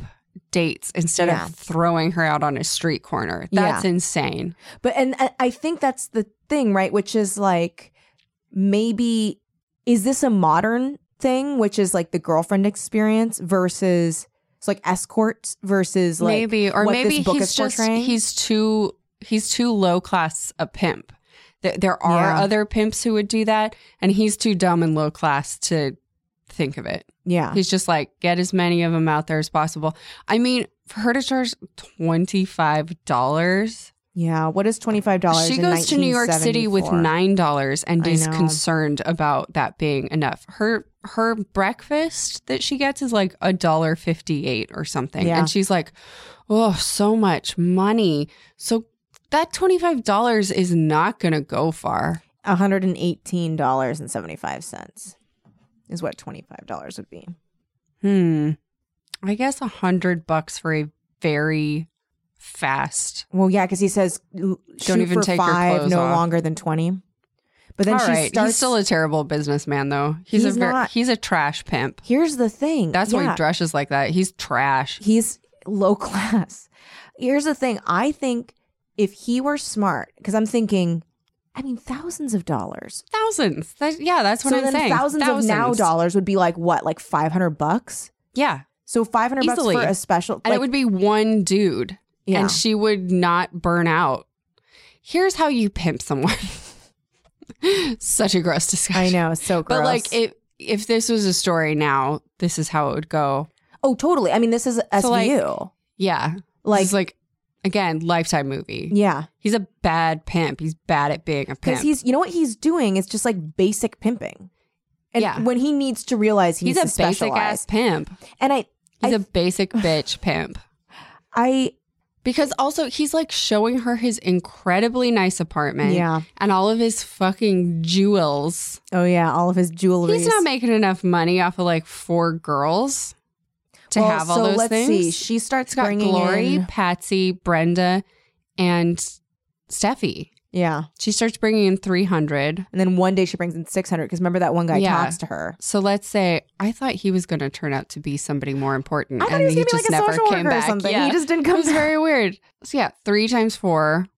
S3: dates instead
S2: Yeah.
S3: of throwing her out on a street corner. That's insane.
S2: But and I- I think that's the thing, right? Which is like maybe is this a modern thing, which is like the girlfriend experience versus it's like escorts versus like
S3: maybe or
S2: what
S3: maybe
S2: this book
S3: he's
S2: is
S3: just
S2: portraying?
S3: he's too he's too low class a pimp. Th- There are
S2: Yeah.
S3: other pimps who would do that, and he's too dumb and low class to think of it.
S2: yeah.
S3: He's just like, get as many of them out there as possible. I mean, for her to charge twenty five dollars,
S2: Yeah. What is twenty five dollars?
S3: she goes to New York City with nine dollars and
S2: I
S3: is
S2: know.
S3: concerned about that being enough. Her her breakfast that she gets is like a dollar fifty eight or something,
S2: Yeah.
S3: and she's like, oh, so much money. So that twenty five dollars is not going to go far.
S2: One hundred and eighteen dollars and seventy five cents is what twenty five dollars would be.
S3: Hmm. I guess a hundred bucks for a very fast
S2: Well, yeah, because he says don't shoot
S3: even
S2: for
S3: take your
S2: five,
S3: clothes
S2: no
S3: off.
S2: longer than twenty. But then
S3: All
S2: she
S3: right.
S2: starts.
S3: he's still a terrible businessman, though. He's,
S2: He's
S3: a ver-
S2: not.
S3: he's a trash pimp.
S2: Here's the thing.
S3: That's why
S2: Yeah.
S3: he dresses like that. He's trash.
S2: He's low class. Here's the thing. I think if he were smart, because I'm thinking, I mean, thousands of dollars.
S3: Thousands. That, yeah, that's what
S2: so
S3: I'm
S2: then
S3: saying.
S2: Thousands, of now
S3: Thousands.
S2: dollars would be like what, like five hundred bucks?
S3: Yeah,
S2: So five hundred bucks
S3: Easily.
S2: for a special,
S3: and
S2: like,
S3: it would be one dude,
S2: yeah.
S3: and she would not burn out. Here's how you pimp someone. Such a gross discussion.
S2: I know, it's so gross.
S3: But like, if if this was a story now, this is how it would go.
S2: oh, totally. I mean, this is SVU.
S3: So, like- Yeah, like,
S2: like,
S3: this is like again, lifetime movie.
S2: yeah,
S3: He's a bad pimp. He's bad at being a pimp.
S2: because he's you know what he's doing is just like basic pimping, and
S3: Yeah.
S2: when he needs to realize he
S3: he's a
S2: needs to
S3: basic ass
S2: specialize.
S3: pimp.
S2: And I,
S3: He's
S2: I-
S3: a basic bitch pimp.
S2: I,
S3: Because also he's like showing her his incredibly nice apartment
S2: yeah,
S3: and all of his fucking jewels.
S2: oh yeah, all of his jewelry.
S3: He's not making enough money off of like four girls to
S2: well,
S3: have all
S2: so
S3: those
S2: let's
S3: things.
S2: see. She starts
S3: it's got
S2: bringing
S3: Glory,
S2: in-
S3: Patsy, Brenda, and Steffi.
S2: yeah,
S3: She starts bringing in 300.
S2: and then one day she brings in six hundred because remember that one guy
S3: Yeah.
S2: talks to her.
S3: So let's say I thought he was going to turn out to be somebody more important,
S2: I thought
S3: and
S2: he was gonna be
S3: just
S2: like a
S3: never
S2: social
S3: came
S2: worker
S3: back.
S2: or something.
S3: Yeah.
S2: He just didn't come.
S3: It was
S2: back.
S3: very weird. So yeah, three times four,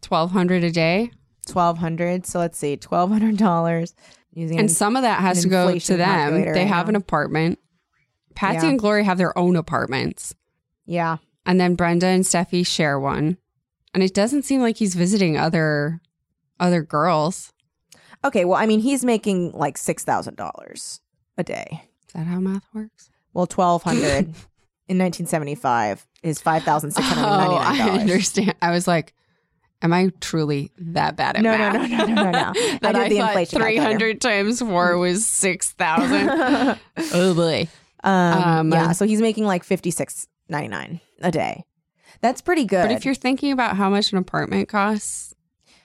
S3: twelve hundred a day,
S2: twelve hundred. So let's see, twelve hundred dollars using.
S3: and some of that has
S2: an
S3: to go to
S2: inflation
S3: them.
S2: calculator, I
S3: They have
S2: know.
S3: an apartment. Patsy
S2: Yeah.
S3: and Glory have their own apartments,
S2: yeah,
S3: and then Brenda and Steffi share one. And it doesn't seem like he's visiting other other girls.
S2: okay. Well, I mean, he's making like six thousand dollars a day.
S3: Is that how math works?
S2: Well, twelve hundred in nineteen seventy five is five thousand six hundred ninety
S3: Oh, I
S2: nine dollars.
S3: understand. I was like, am I truly that bad at
S2: No, no,
S3: math?
S2: no, no, no, no, no. I
S3: that
S2: did
S3: I
S2: the
S3: thought
S2: inflation
S3: three
S2: calculator.
S3: hundred times four was six thousand. oh boy.
S2: um,
S3: Um,
S2: yeah, so he's making like fifty six ninety nine a day. That's pretty good.
S3: But if you're thinking about how much an apartment costs,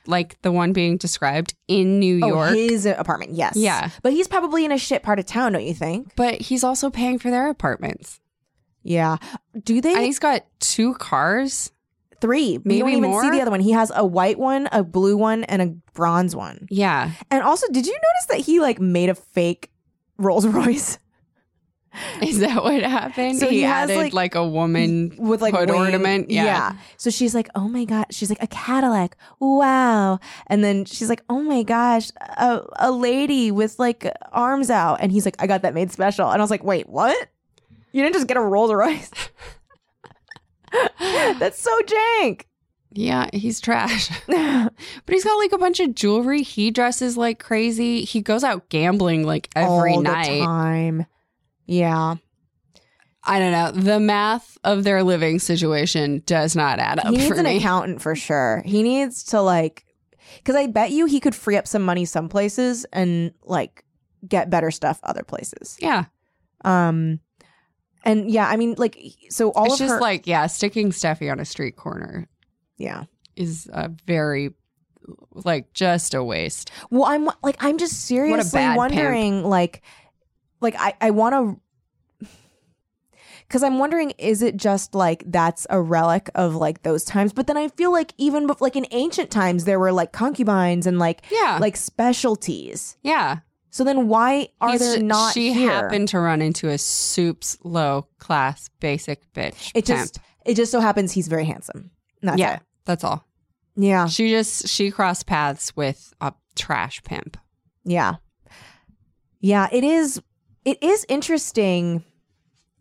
S3: like the one being described in New
S2: oh,
S3: York,
S2: his apartment, yes,
S3: Yeah.
S2: but he's probably in a shit part of town, don't you think?
S3: but he's also paying for their apartments.
S2: Yeah. Do they?
S3: And he's got two cars.
S2: three. We don't
S3: Maybe
S2: even see
S3: more?
S2: the other one. He has a white one, a blue one, and a bronze one.
S3: Yeah.
S2: And also, did you notice that he like made a fake Rolls Royce
S3: Is that what happened?
S2: So
S3: he,
S2: he has,
S3: added
S2: like-
S3: like, a woman.
S2: with like
S3: Hood
S2: wing-
S3: ornament? Yeah.
S2: So she's like, "Oh my god!" She's like, "A Cadillac, wow!" And then she's like, "Oh my gosh, a a lady with like arms out." And he's like, "I got that made special." And I was like, "Wait, what? You didn't just get a Rolls Royce? That's so jank."
S3: Yeah, he's trash. but he's got like a bunch of jewelry. He dresses like crazy. He goes out gambling like every
S2: All
S3: night.
S2: the time. Yeah.
S3: I don't know. The math of their living situation does not add up
S2: he needs
S3: for
S2: an
S3: me.
S2: accountant for sure. He needs to like, because I bet you he could free up some money some places and like get better stuff other places.
S3: Yeah.
S2: Um, and yeah, I mean, like, so all
S3: it's
S2: of
S3: just
S2: her,
S3: like, yeah, sticking Steffi on a street corner
S2: yeah.
S3: is a very like just a waste.
S2: Well, I'm like, I'm just seriously
S3: bad
S2: wondering, like, like I I want to. Because I'm wondering, is it just like that's a relic of like those times? But then I feel like even bef- like in ancient times, there were like concubines and like
S3: Yeah.
S2: like specialties.
S3: yeah.
S2: So then why are
S3: He's-
S2: there not
S3: she
S2: here?
S3: happened to run into a soup's low class basic bitch.
S2: it
S3: pimp.
S2: just it just so happens he's very handsome. That's
S3: yeah,
S2: it.
S3: that's all.
S2: Yeah.
S3: She just she crossed paths with a trash pimp.
S2: Yeah. Yeah, it is it is interesting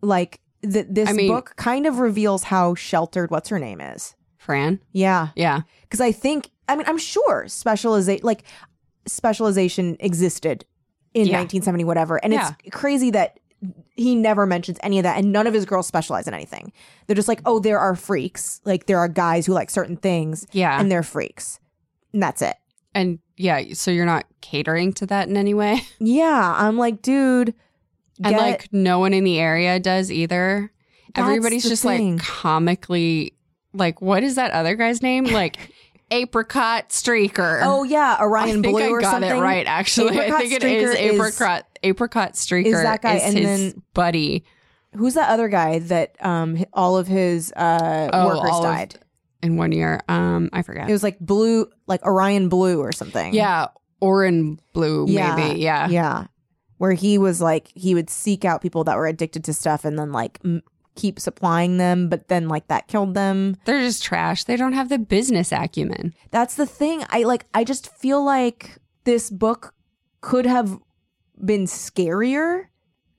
S2: like that this
S3: I mean-
S2: book kind of reveals how sheltered what's her name is.
S3: Fran.
S2: Yeah.
S3: Yeah.
S2: Cuz I think I mean I'm sure specialization like specialization existed in
S3: Yeah.
S2: 1970 whatever and it's crazy that he never mentions any of that and none of his girls specialize in anything. They're just like, "Oh, there are freaks. Like there are guys who like certain things
S3: Yeah.
S2: and
S3: And,
S2: they're freaks." And that's it.
S3: yeah, so you're not catering to that in any way.
S2: Yeah, I'm like, dude,
S3: and
S2: get-
S3: like no one in the area does either.
S2: That's
S3: Everybody's
S2: the
S3: just
S2: thing.
S3: like comically like what is that other guy's name? Like Apricot Streaker.
S2: Oh yeah,
S3: I
S2: Orion
S3: think
S2: Blue
S3: I
S2: or
S3: got
S2: something.
S3: it right. Actually, I
S2: Apricot
S3: think it is
S2: Streaker is-
S3: apricot. apricot streaker is
S2: that guy, and
S3: his
S2: then-
S3: buddy.
S2: Who's that other guy that um h- all of his uh
S3: Oh,
S2: workers
S3: all of-
S2: died?
S3: in one year. Um, I forgot.
S2: It was like blue, like Orion Blue or something.
S3: yeah, orange blue.
S2: Yeah.
S3: Maybe. Yeah.
S2: yeah. Where he was like he would seek out people that were addicted to stuff and then like m- keep supplying them, but then like that killed them.
S3: They're just trash. They don't have the business acumen.
S2: That's the thing. I like. I just feel like this book could have been scarier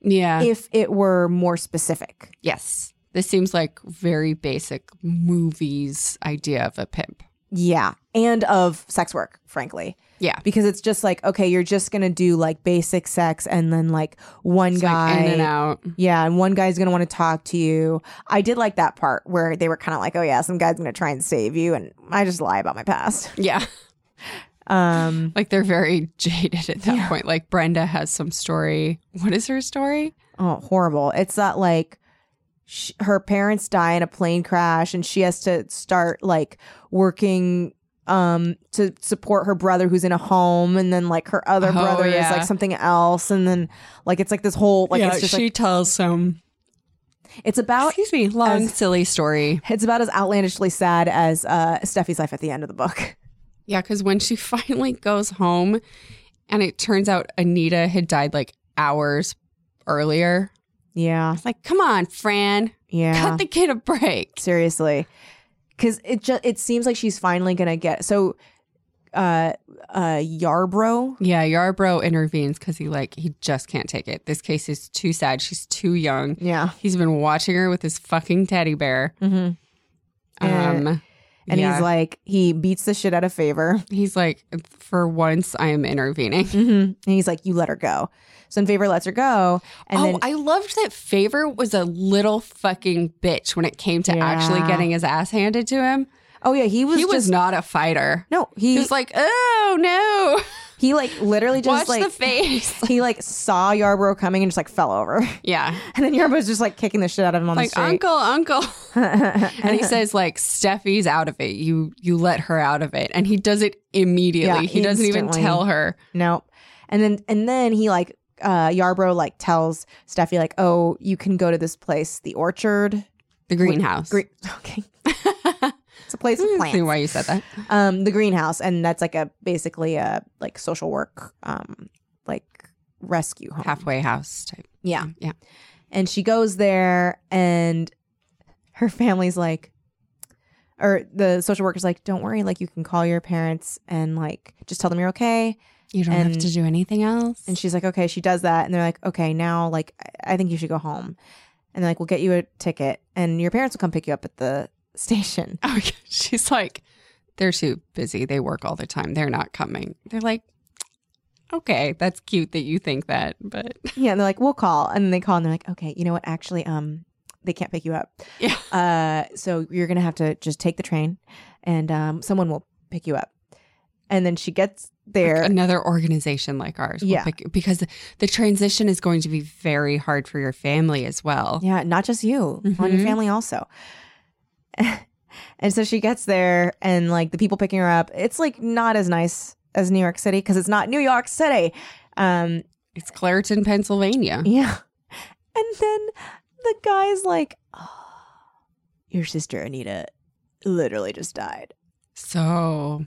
S3: Yeah.
S2: if it were more specific.
S3: yes. This seems like very basic movies idea of a pimp.
S2: Yeah. And of sex work, frankly.
S3: Yeah.
S2: Because it's just like, okay, you're just going to do like basic sex and then like one
S3: It's
S2: guy.
S3: like in and out.
S2: Yeah. And one guy's going to want to talk to you. I did like that part where they were kind of like, oh, yeah, some guy's going to try and save you. And I just lie about my past.
S3: Yeah.
S2: Um,
S3: Like they're very jaded at that
S2: Yeah.
S3: point. Like Brenda has some story. What is her story?
S2: oh, horrible. It's that like sh- her parents die in a plane crash and she has to start like working um to support her brother who's in a home and then like her other
S3: Oh,
S2: brother is
S3: yeah.
S2: like something else and then like it's like this whole like it's just
S3: she
S2: like
S3: tells some
S2: it's about
S3: excuse me, long
S2: as-
S3: silly story.
S2: it's about as outlandishly sad as uh Steffi's life at the end of the book.
S3: Yeah, because when she finally goes home and it turns out Anita had died like hours earlier,
S2: Yeah.
S3: it's like, come on, Fran,
S2: Yeah.
S3: cut the kid a break.
S2: Seriously. Cuz it just it seems like she's finally going to get so uh uh Yarbrough
S3: Yeah, Yarbrough intervenes because he like he just can't take it. This case is too sad. She's too young.
S2: yeah.
S3: He's been watching her with his fucking teddy bear.
S2: Mhm.
S3: Um,
S2: And
S3: yeah.
S2: he's like, he beats the shit out of favor.
S3: he's like, for once, I am intervening.
S2: hmm And he's like, you let her go. So in favor lets her go. And
S3: oh,
S2: then
S3: I loved that Favor was a little fucking bitch when it came to actually
S2: Yeah.
S3: getting his ass handed to him.
S2: oh yeah, he was
S3: he was
S2: just-
S3: not a fighter.
S2: no
S3: He
S2: he
S3: was like, oh no,
S2: he like literally
S3: watch
S2: just like
S3: the face.
S2: he like saw Yarbrough coming and just like fell over.
S3: yeah,
S2: And then Yarbrough's just like kicking the shit out of him on
S3: like uncle, uncle.
S2: the street.
S3: And he says like, Steffi's out of it. You you let her out of it, and he does it immediately.
S2: Yeah,
S3: he doesn't even
S2: instantly.
S3: tell her.
S2: nope. And then and then he like uh Yarbrough like tells Steffi like, oh, you can go to this place, the orchard.
S3: The greenhouse.
S2: Green okay. It's
S3: Hmm, I
S2: a place of
S3: don't
S2: plants.
S3: see why you said that.
S2: um the greenhouse and that's like a basically a like social work um like rescue home
S3: Halfway house type.
S2: yeah
S3: yeah.
S2: and she goes there and her family's like or the social worker's like don't worry like you can call your parents and like just tell them you're okay
S3: You don't
S2: And-
S3: have to do anything else.
S2: and she's like okay she does that and they're like okay now like I- i think you should go home and they're like we'll get you a ticket and your parents will come pick you up at the station
S3: Oh, yeah. she's like, they're too busy. They work all the time. They're not coming. They're like, okay, that's cute that you think that, but
S2: Yeah, and they're like, we'll call. And then they call and they're like, okay, you know what? Actually, um, they can't pick you up.
S3: Yeah.
S2: Uh, so you're gonna have to just take the train and um someone will pick you up. And then she gets there.
S3: another organization like ours, will
S2: Yeah.
S3: pick, because the transition is going to be very hard for your family as well.
S2: yeah, not just you, on your
S3: Mhm.
S2: family also. and so she gets there and like the people picking her up, it's like not as nice as New York City because it's not New York City. Um,
S3: It's Clareton, Pennsylvania.
S2: Yeah. And then the guy's like, oh, Your sister Anita literally just died.
S3: So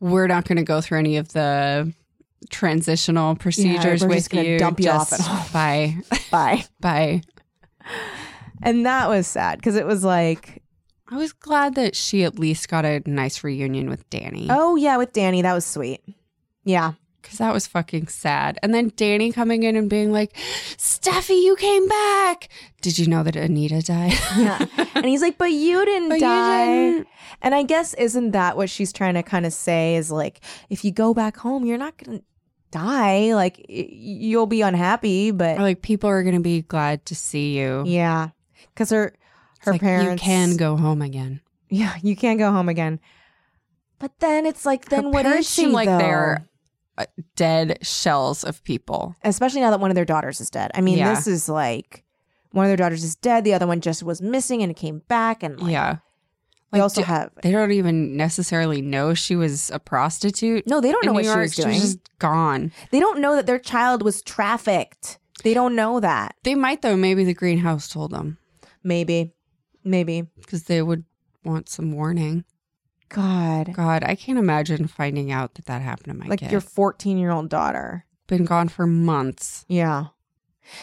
S3: we're not going to go through any of the transitional procedures
S2: we're
S3: with
S2: just gonna
S3: you.
S2: dump you off
S3: just
S2: at home.
S3: By,
S2: Bye.
S3: by.
S2: and that was sad because it was like,
S3: I was glad that she at least got a nice reunion with Danny.
S2: Oh, yeah, with Danny. That was sweet. Yeah.
S3: Cause that was fucking sad. And then Danny coming in and being like, Steffi, you came back. Did you know that Anita died?
S2: Yeah. And he's like, but you didn't
S3: But you
S2: die.
S3: didn't.
S2: And I guess isn't that what she's trying to kind of say is like, if you go back home, you're not gonna die. Like y- you'll be unhappy,
S3: Or
S2: but
S3: like people are gonna be glad to see you.
S2: yeah, because her
S3: It's
S2: her
S3: like,
S2: parents
S3: You can go home again.
S2: Yeah, you can go home again. But then it's like,
S3: Her
S2: then what
S3: parents
S2: is she
S3: seem like
S2: though?
S3: they're uh, dead shells of people.
S2: Especially now that one of their daughters is dead. I mean,
S3: Yeah.
S2: this is like one of their daughters is dead. The other one just was missing and came back, and like,
S3: yeah.
S2: they
S3: Like,
S2: also
S3: do-
S2: have
S3: They don't even necessarily know she was a prostitute.
S2: no. They don't know
S3: in
S2: what
S3: New
S2: she
S3: York.
S2: was doing.
S3: just gone.
S2: They don't know that their child was trafficked. They don't know that.
S3: They might though. Maybe the greenhouse told them
S2: Maybe, maybe.
S3: because they would want some warning.
S2: God,
S3: God, I can't imagine finding out that that happened to my
S2: like
S3: kid.
S2: your 14 year old daughter.
S3: been gone for months. Oh,
S2: Yeah,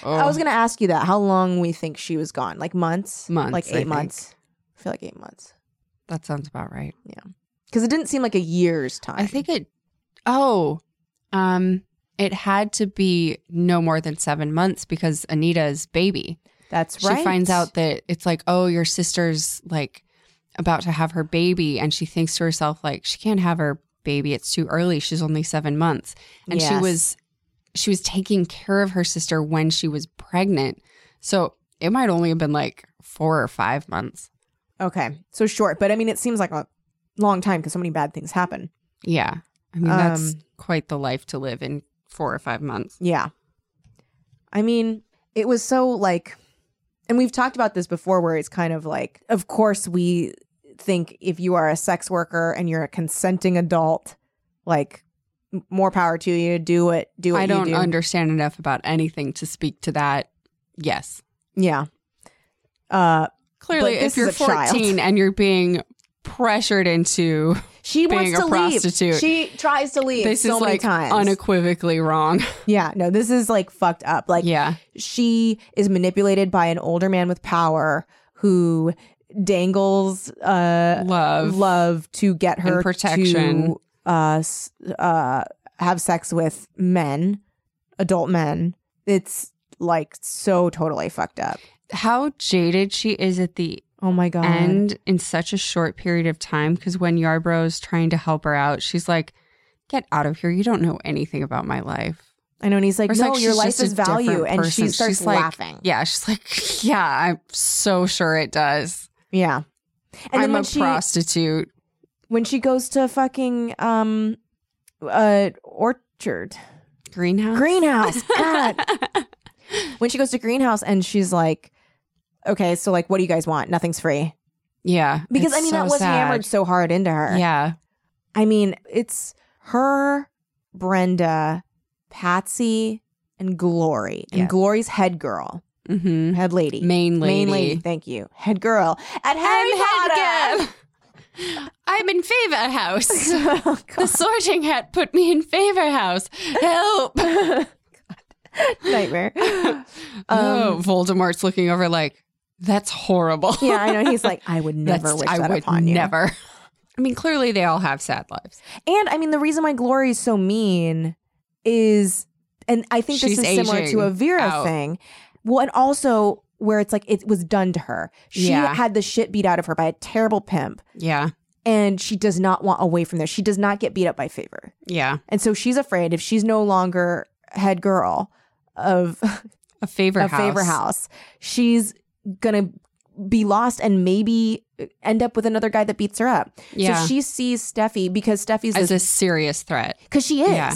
S2: I was gonna ask you that. How long we think she was gone? Like months?
S3: Months,
S2: Like
S3: I
S2: eight
S3: think.
S2: months? I feel like eight months.
S3: That sounds about right.
S2: because it didn't seem like a year's time.
S3: I think it. Oh, um, it had to be no more than seven months because Anita's baby.
S2: that's
S3: She
S2: right.
S3: finds out that it's like, oh, your sister's like about to have her baby, and she thinks to herself like, she can't have her baby. It's too early. She's only seven months, and she
S2: Yes.
S3: was she was taking care of her sister when she was pregnant. So it might only have been like four or five months.
S2: okay, so short, but I mean, it seems like a long time because so many bad things happen.
S3: Yeah, I mean that's
S2: Um,
S3: quite the life to live in four or five months.
S2: Yeah, I mean, it was so like, and we've talked about this before, where it's kind of like, of course, we think if you are a sex worker and you're a consenting adult, like m- more power to you. Do it. Do what
S3: I don't
S2: you do.
S3: understand enough about anything to speak to that. Yes.
S2: yeah. Uh,
S3: Clearly,
S2: But this
S3: if you're
S2: is a child.
S3: 14 and you're being pressured into
S2: she
S3: Being
S2: wants
S3: a
S2: to leave.
S3: prostitute.
S2: She tries to leave
S3: this
S2: so
S3: is
S2: many
S3: like
S2: times.
S3: unequivocally wrong.
S2: yeah, no, this is like fucked up. Like,
S3: yeah.
S2: she is manipulated by an older man with power who dangles uh,
S3: Love.
S2: love to get her
S3: protection.
S2: to uh, s- uh, have sex with men, adult men. It's like so totally fucked up.
S3: How jaded she is at the
S2: Oh my god!
S3: end in such a short period of time. Because when Yarbrough is trying to help her out, she's like, Get out of here. You don't know anything about my life.
S2: I know, and he's like,
S3: Or it's
S2: "No,
S3: like
S2: your
S3: she's
S2: life
S3: just a
S2: is value,"
S3: different
S2: and she
S3: person.
S2: starts
S3: She's like-
S2: laughing.
S3: Yeah. She's like, Yeah, I'm so sure it does.
S2: yeah. And then
S3: I'm
S2: when
S3: a
S2: she
S3: prostitute.
S2: when she goes to fucking um, uh, orchard
S3: Greenhouse.
S2: greenhouse, God, when she goes to greenhouse and she's like okay so like what do you guys want nothing's free
S3: Yeah.
S2: because
S3: it's
S2: i mean
S3: so
S2: that was
S3: sad.
S2: hammered so hard into her
S3: Yeah.
S2: i mean it's her brenda patsy and glory and
S3: Yeah.
S2: glory's head girl
S3: Mm-hmm.
S2: head lady
S3: Main lady.
S2: main lady thank you head girl at harry
S3: I'm
S2: potter
S3: head gab. I'm in favor house.
S2: Oh,
S3: the
S2: God.
S3: sorting hat put me in favor house. Help.
S2: nightmare Um,
S3: oh, Voldemort's looking over like, that's horrible.
S2: yeah i know he's like i would
S3: That's-
S2: never wish
S3: I
S2: that
S3: would
S2: upon you
S3: never. I mean, clearly they all have sad lives.
S2: And I mean, the reason why Glory is so mean is, and I think
S3: She's
S2: this is similar to a
S3: aging
S2: Vera
S3: out.
S2: thing. Well, and also where it's like it was done to her. She
S3: Yeah.
S2: had the shit beat out of her by a terrible pimp,
S3: Yeah.
S2: and she does not want away from there. She does not get beat up by favor,
S3: Yeah.
S2: and so she's afraid if she's no longer head girl of
S3: A favor
S2: a
S3: house.
S2: favor house, she's gonna be lost and maybe end up with another guy that beats her up.
S3: Yeah.
S2: So she sees Steffi because Steffi's
S3: As
S2: this
S3: a serious threat.
S2: because she is.
S3: Yeah.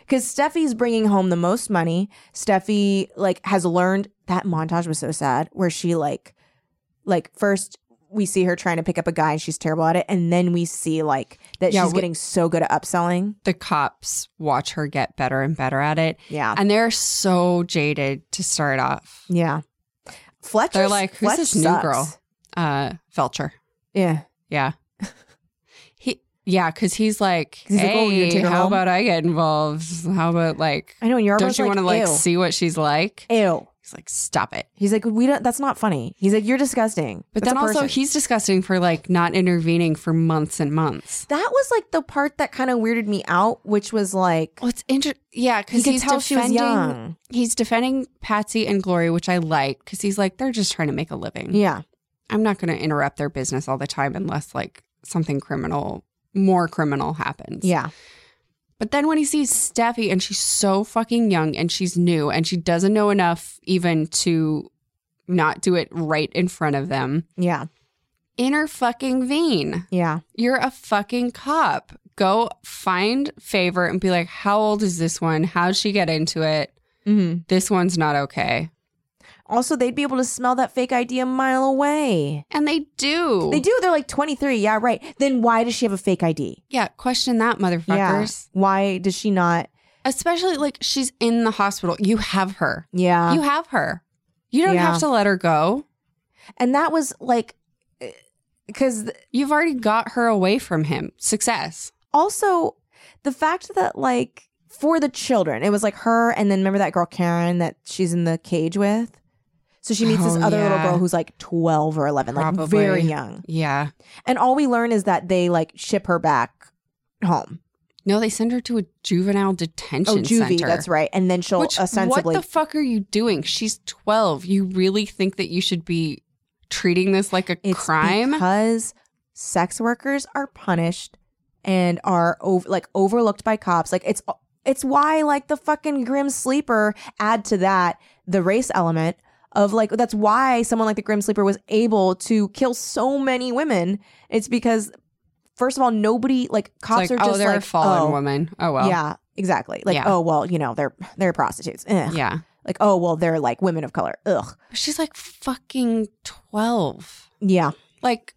S2: Because Steffi's bringing home the most money. Steffi like has learned that montage was so sad, where she like, like first we see her trying to pick up a guy and she's terrible at it, and then we see like that
S3: Yeah,
S2: she's
S3: we-
S2: getting so good at upselling.
S3: The cops watch her get better and better at it.
S2: Yeah,
S3: And they're so jaded to start off.
S2: yeah. Fletcher,
S3: They're like, who's
S2: Fletch
S3: this new
S2: sucks.
S3: girl? Uh Felcher.
S2: Yeah,
S3: Yeah. he yeah, because he's like,
S2: He's like, oh, you're
S3: hey,
S2: gonna take her
S3: how
S2: home?"
S3: about I get involved? How about like,
S2: I know. And you're
S3: don't you
S2: like,
S3: want to like
S2: ew,
S3: see what she's like?
S2: ew.
S3: He's He's like, stop it.
S2: He's like, we don't. That's not funny. He's like, you're disgusting.
S3: But
S2: That's
S3: then
S2: a
S3: also,
S2: person."
S3: he's disgusting for like not intervening for months and months.
S2: that was like the part that kind of weirded me out, which was like,
S3: Well, it's interesting. Yeah,
S2: you
S3: because
S2: could
S3: he's
S2: tell she was
S3: defending.
S2: young.
S3: He's defending Patsy and Glory, which I like because he's like they're just trying to make a living.
S2: Yeah,
S3: I'm not going to interrupt their business all the time unless like something criminal, more criminal happens.
S2: yeah.
S3: But then when he sees Steffi and she's so fucking young and she's new and she doesn't know enough even to not do it right in front of them.
S2: Yeah,
S3: Inner fucking vein.
S2: yeah,
S3: You're a fucking cop. Go find favor and be like, how old is this one? How'd she get into it?
S2: hmm
S3: This one's not okay.
S2: Also, they'd be able to smell that fake ID a mile away.
S3: And they do.
S2: They do. They're like 23. Yeah, right. Then why does she have a fake ID?
S3: Yeah, question that,
S2: Yeah.
S3: motherfuckers.
S2: Why does she not?
S3: Especially like she's in the hospital. You have her.
S2: Yeah.
S3: you have her. You don't
S2: Uh, Yeah.
S3: have to let her go.
S2: and that was like, eh, because
S3: You've already got her away from him. Success.
S2: also the fact that like for the children, it was like her and then remember that girl Karen that she's in the cage with. So she meets this
S3: Oh,
S2: other little
S3: yeah.
S2: girl who's like 12 or 11, like
S3: Probably.
S2: very young.
S3: Yeah.
S2: And all we learn is that they like ship her back home.
S3: No, they send her to a juvenile detention
S2: Oh, juvie,
S3: center.
S2: that's right. And then she'll
S3: Which,
S2: ostensibly
S3: what the fuck are you doing? She's 12. You really think that you should be treating this like a
S2: It's
S3: crime?
S2: because sex workers are punished and are over, like overlooked by cops. Like it's it's why like the fucking grim sleeper add to that the race element of like that's why someone like the grim sleeper was able to kill so many women. It's because first of all nobody like cops
S3: It's like,
S2: are
S3: oh,
S2: just
S3: they're
S2: like
S3: a fallen
S2: oh,
S3: woman. Oh, well.
S2: Yeah, exactly. Like
S3: Yeah.
S2: oh well, you know, they're they're prostitutes. Ugh.
S3: Yeah.
S2: Like oh well, they're like women of color. Ugh.
S3: But she's like fucking 12.
S2: Yeah.
S3: like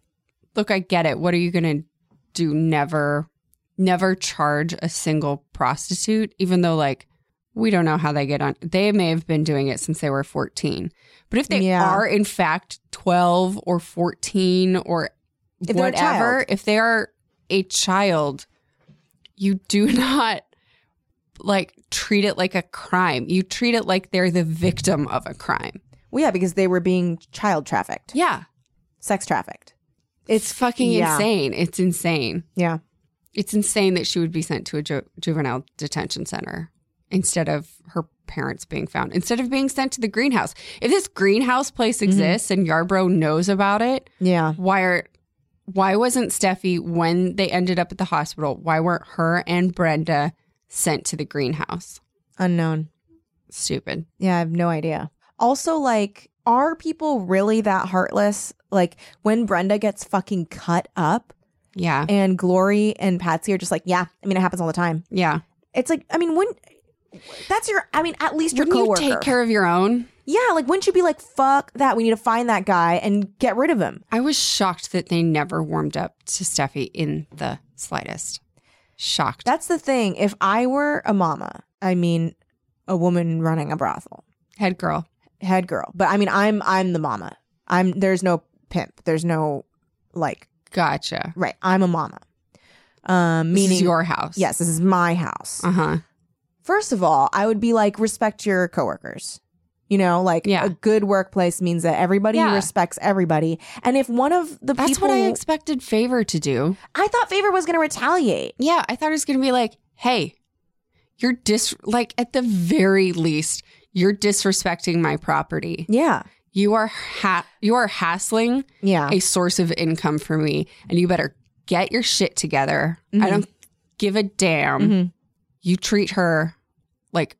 S3: look i get it what are you gonna do never never charge a single prostitute even though like we don't know how they get on they may have been doing it since they were 14 but if they
S2: Yeah.
S3: are in fact 12 or 14 or
S2: If they're a
S3: whatever
S2: child.
S3: if they are a child you do not like treat it like a crime you treat it like they're the victim of a crime
S2: Well, yeah, because they were being child trafficked.
S3: yeah
S2: sex trafficked.
S3: it's fucking
S2: yeah.
S3: insane it's insane
S2: Yeah.
S3: It's insane that she would be sent to a ju- juvenile detention center instead of her parents being found, instead of being sent to the greenhouse. If this greenhouse place
S2: Mm-hmm.
S3: exists and Yarbrough knows about it,
S2: Yeah.
S3: why are why wasn't Steffi when they ended up at the hospital? Why weren't her and Brenda sent to the greenhouse?
S2: Unknown.
S3: Stupid.
S2: Yeah, I have no idea. Also, like, are people really that heartless? Like, when Brenda gets fucking cut up
S3: Yeah.
S2: and Glory and Patsy are just like, yeah, I mean, it happens all the time.
S3: Yeah.
S2: It's like, I mean, when that's your, I mean, at least your
S3: Wouldn't you
S2: coworker.
S3: take care of your own?
S2: yeah, like, wouldn't you be like, fuck that? We need to find that guy and get rid of him.
S3: I was shocked that they never warmed up to Steffi in the slightest. Shocked.
S2: That's the thing. If I were a mama, I mean, a woman running a brothel,
S3: Head girl.
S2: head girl. But I mean, I'm I'm the mama. I'm there's no pimp. There's no like
S3: Gotcha.
S2: right. I'm a mama. Um,
S3: This is
S2: meaning
S3: your house.
S2: Yes, this is my house.
S3: Uh huh.
S2: First of all, I would be like respect your coworkers. You know, like
S3: Yeah.
S2: a good workplace means that everybody
S3: Yeah.
S2: respects everybody. And if one of the
S3: That's
S2: people,
S3: what I expected Favor to do.
S2: I thought Favor was going to retaliate.
S3: Yeah, I thought it was going to be like, hey, you're dis like at the very least, you're disrespecting my property.
S2: Yeah,
S3: You are ha- you are hassling
S2: yeah,
S3: a source of income for me, and you better get your shit together. I
S2: Mhm.
S3: don't give a damn.
S2: Mhm.
S3: You treat her like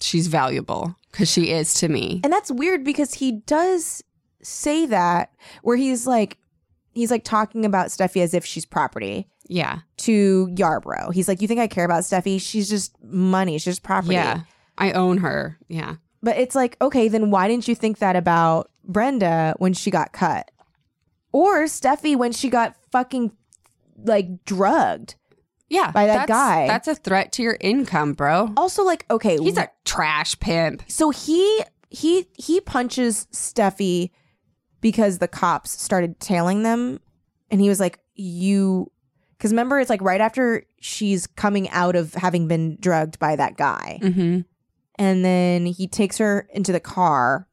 S3: she's valuable because she is to me.
S2: and that's weird because he does say that where he's like, he's like talking about Steffi as if she's property.
S3: yeah,
S2: to Yarbrough. He's like, You think I care about Steffi? She's just money. She's just property.
S3: yeah. I own her. Yeah.
S2: But it's like, okay, then why didn't you think that about Brenda when she got cut? Or Steffi when she got fucking like drugged.
S3: Yeah.
S2: By that
S3: that's-
S2: guy. Oh.
S3: That's a threat to your income, bro.
S2: Also, like, okay,
S3: He's a trash pimp.
S2: so he he he punches Steffi because the cops started tailing them and he was like, You because remember it's like right after she's coming out of having been drugged by that guy.
S3: Mm-hmm.
S2: And then he takes her into the car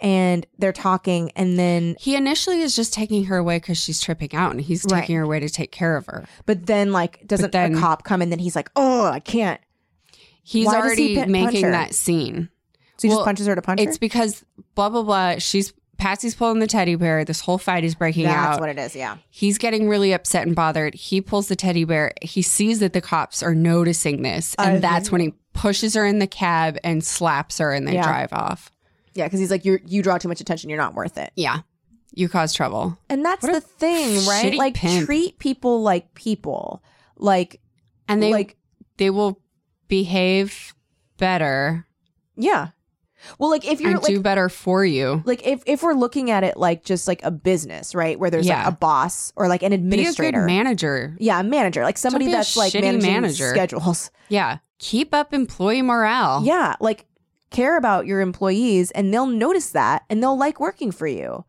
S2: and they're talking. And then,
S3: He initially is just taking her away because she's tripping out and he's
S2: Right.
S3: taking her away to take care of her.
S2: but then, like, doesn't
S3: then-
S2: a cop come? And then he's like, oh, I can't.
S3: He's
S2: Why does
S3: already
S2: he pin- punch
S3: making
S2: her?
S3: that scene.
S2: So he
S3: Well,
S2: just punches her to punch
S3: It's
S2: her?
S3: because blah, blah, blah. She's Patsy's pulling the teddy bear. This whole fight is breaking
S2: That's
S3: out.
S2: what it is. Yeah.
S3: He's getting really upset and bothered. He pulls the teddy bear. He sees that the cops are noticing this. And
S2: I-
S3: that's when he pushes her in the cab and slaps her and they
S2: Yeah.
S3: drive off.
S2: Yeah. Cause he's like, you you draw too much attention. You're not worth it.
S3: Yeah. You cause trouble.
S2: And that's
S3: What a
S2: the thing, right?
S3: shitty
S2: Like,
S3: pimp.
S2: treat people like people. Like,
S3: And they
S2: like,
S3: they will behave better
S2: yeah. Well, like, if you're
S3: and
S2: like,
S3: do better for you.
S2: like if, if we're looking at it like just like a business, right? Where there's
S3: Yeah.
S2: like a boss or like an
S3: Be a good
S2: administrator.
S3: manager.
S2: yeah, a manager. Like somebody
S3: be a
S2: that's like
S3: shitty
S2: managing
S3: manager.
S2: schedules.
S3: Yeah. Keep up employee morale.
S2: Yeah. Like care about your employees and they'll notice that and they'll like working for you.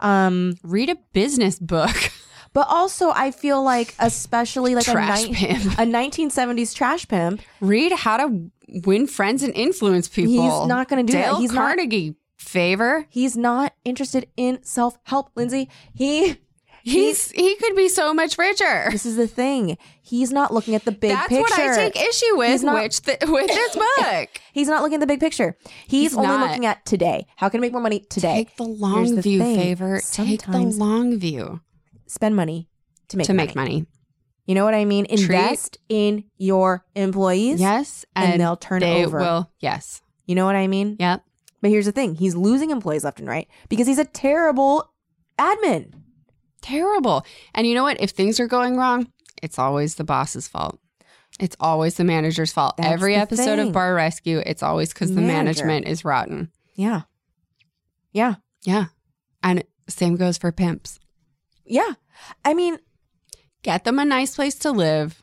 S2: Um,
S3: Read a business book.
S2: but also I feel like especially like
S3: Trash
S2: a, ni-
S3: pimp.
S2: a 1970s trash pimp
S3: Read how to win friends and influence people.
S2: He's not gonna do that.
S3: Dale
S2: He's not-
S3: Carnegie favor.
S2: He's not interested in self help, Lindsay. He,
S3: He's he could be so much richer.
S2: this is the thing. He's not looking at the big
S3: That's
S2: picture.
S3: what I take issue with,
S2: He's not-
S3: which th- with this book.
S2: He's not looking at the big picture. He's,
S3: He's
S2: only
S3: not.
S2: looking at today. How can I make more money today?
S3: Take the long
S2: the
S3: view,
S2: thing.
S3: favor. Take the
S2: Sometimes-
S3: long view
S2: Spend money to make
S3: to
S2: money.
S3: make money.
S2: You know what I mean?
S3: Treat-
S2: Invest in your employees.
S3: Yes,
S2: And, they'll turn
S3: they
S2: over.
S3: will. Yes.
S2: You know what I mean?
S3: Yep.
S2: But here's the thing he's losing employees left and right because he's a terrible admin.
S3: Terrible. And you know what? If things are going wrong, it's always the boss's fault. It's always the manager's fault.
S2: That's
S3: Every
S2: the
S3: episode
S2: thing.
S3: of Bar Rescue, it's always because the
S2: Manager.
S3: management is rotten.
S2: Yeah. Yeah.
S3: Yeah. And same goes for pimps.
S2: Yeah. I mean,
S3: Get them a nice place to live.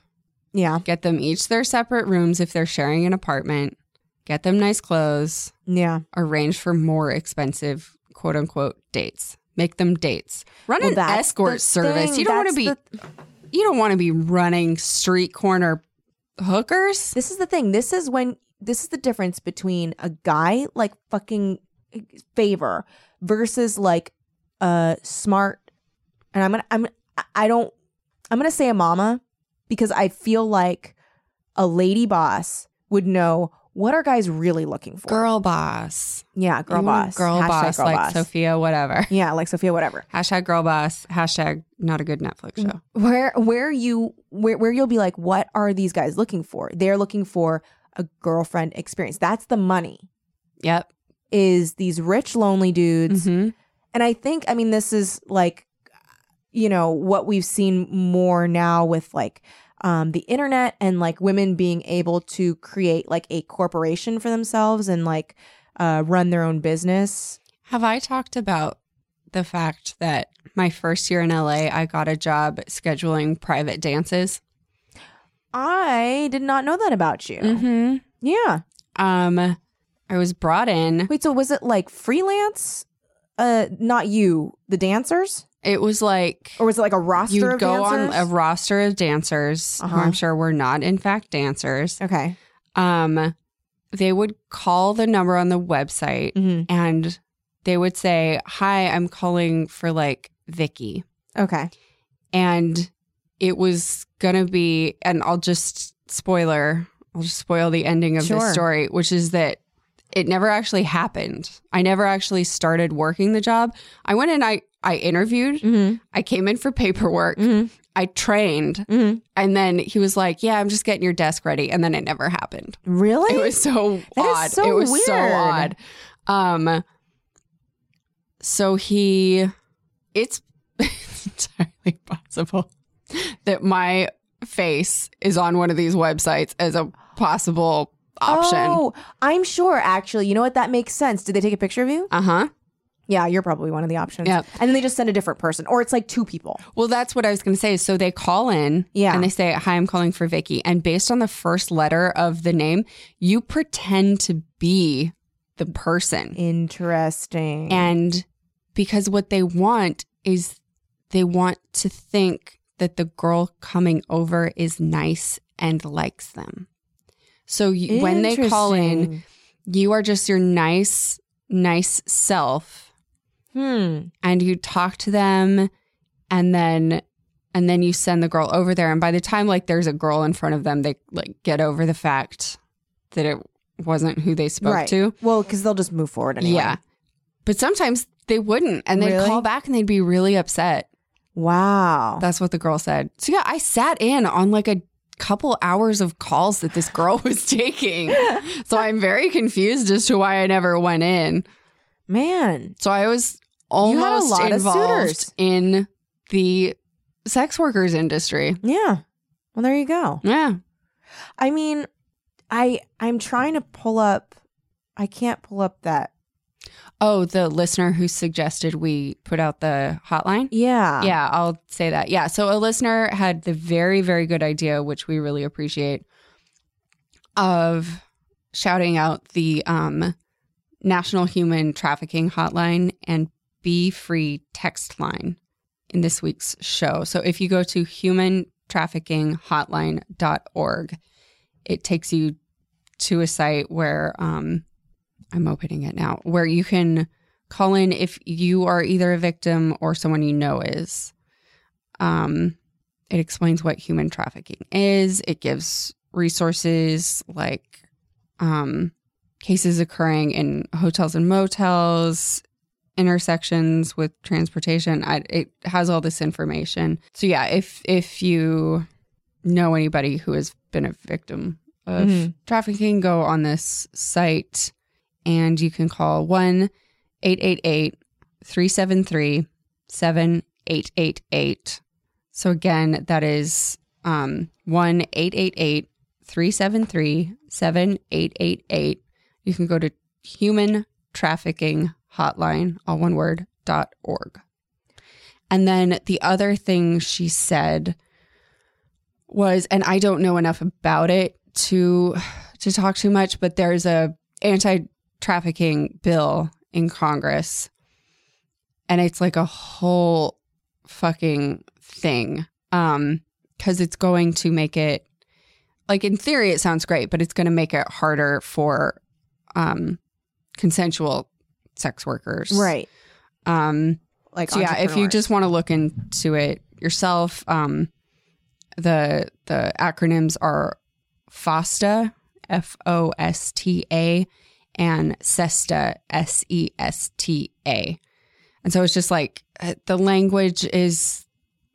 S2: yeah.
S3: Get them each their separate rooms if they're sharing an apartment. Get them nice clothes.
S2: Yeah.
S3: Arrange for more expensive, quote unquote, dates. Make them dates. Run
S2: Well,
S3: an
S2: that's the
S3: escort service.
S2: thing.
S3: You don't want to
S2: That's
S3: be
S2: the-
S3: you don't want to be running street corner hookers.
S2: This is the thing. This is when this is the difference between a guy like fucking eh, favor versus like a smart and I'm gonna I'm I don't I'm gonna say a mama because I feel like a lady boss would know what are guys really looking for.
S3: Girl boss.
S2: Yeah, girl
S3: You want
S2: boss.
S3: Girl
S2: Hashtag
S3: boss
S2: girl
S3: like
S2: boss.
S3: Sophia, whatever.
S2: Yeah, like Sophia, whatever.
S3: Hashtag girl boss. Hashtag not a good Netflix
S2: Mm-hmm.
S3: show.
S2: where where you where, where you'll be like what are these guys looking for they're looking for a girlfriend experience that's the money
S3: Yep.
S2: is these rich lonely dudes
S3: Mhm.
S2: and i think i mean this is like you know what we've seen more now with like um, the internet and like women being able to create like a corporation for themselves and like uh, run their own business
S3: Have I talked about the fact that my first year in LA, I got a job scheduling private dances?
S2: i did not know that about you
S3: Mm-hmm.
S2: yeah
S3: Um, I was brought in.
S2: wait so was it like freelance uh not you the dancers
S3: It was like
S2: Or was it like a roster
S3: you'd
S2: of
S3: go
S2: dancers?
S3: on a roster of dancers, who
S2: Uh-huh.
S3: I'm sure were not, in fact, dancers.
S2: okay.
S3: Um, they would call the number on the website
S2: hmm
S3: and they would say, "Hi, I'm calling for like Vicky."
S2: Okay.
S3: and it was gonna be and i'll just spoiler i'll just spoil the ending of
S2: Sure.
S3: this story which is that it never actually happened i never actually started working the job i went and i i interviewed
S2: Mm-hmm.
S3: i came in for paperwork
S2: Mm-hmm.
S3: i trained
S2: Mm-hmm.
S3: and then he was like yeah i'm just getting your desk ready and then it never happened
S2: Really?
S3: it was so
S2: That is
S3: odd
S2: so
S3: it was so
S2: weird.
S3: odd um so he it's entirely possible that my face is on one of these websites as a possible option
S2: Oh, I'm sure. Actually, you know what? That makes sense. Did they take a picture of you?
S3: uh-huh
S2: Yeah, you're probably one of the options.
S3: Yep.
S2: And then they just send a different person, or it's like two people.
S3: well that's what i was going to say so they call in
S2: Yeah.
S3: and they say hi i'm calling for vicky and based on the first letter of the name you pretend to be the person
S2: Interesting.
S3: And because what they want is they want to think that the girl coming over is nice and likes them. So you, when they call in,
S2: Interesting.
S3: you are just your nice, nice self
S2: Hmm.
S3: and you talk to them and then and then you send the girl over there and by the time like there's a girl in front of them they like get over the fact that it wasn't who they spoke
S2: right.
S3: to
S2: Well, because they'll just move forward anyway.
S3: yeah but sometimes they wouldn't and they'd
S2: Really?
S3: call back and they'd be really upset
S2: Wow.
S3: that's what the girl said so yeah i sat in on like a couple hours of calls that this girl was taking so i'm very confused as to why i never went in
S2: Man.
S3: So I was
S2: You had a
S3: almost
S2: lot of suitors.
S3: involved in the sex workers industry.
S2: Yeah. Well, there you go.
S3: Yeah.
S2: I mean, I I'm trying to pull up. I can't pull up that.
S3: Oh, the listener who suggested we put out the hotline.
S2: Yeah.
S3: Yeah, I'll say that. Yeah. So a listener had the very, very good idea, which we really appreciate, of shouting out the um, National Human Trafficking Hotline and Be Free text line in this week's show. So if you go to humantraffickinghotline.org, it takes you to a site where um, I'm opening it now, where you can call in if you are either a victim or someone you know is. Um, it explains what human trafficking is. It gives resources like um, cases occurring in hotels and motels, intersections with transportation. I, it has all this information. So yeah, if if you know anybody who has been a victim of
S2: Mhm.
S3: trafficking, go on this site and you can call one 888 373 7888. So again, that is um 1 888 373 7888. You can go to human trafficking hotline, all one word, dot org. And then the other thing she said was, and I don't know enough about it to to talk too much, but there's a anti trafficking bill in Congress. And it's like a whole fucking thing. Um, because it's going to make it like in theory it sounds great, but it's gonna make it harder for um consensual sex workers.
S2: Right.
S3: Um
S2: Like
S3: so yeah, if you
S2: entrepreneurs.
S3: just want to look into it yourself, um, the the acronyms are FOSTA, F O S T A, and SESTA, S E S T A. And so it's just like uh, the language is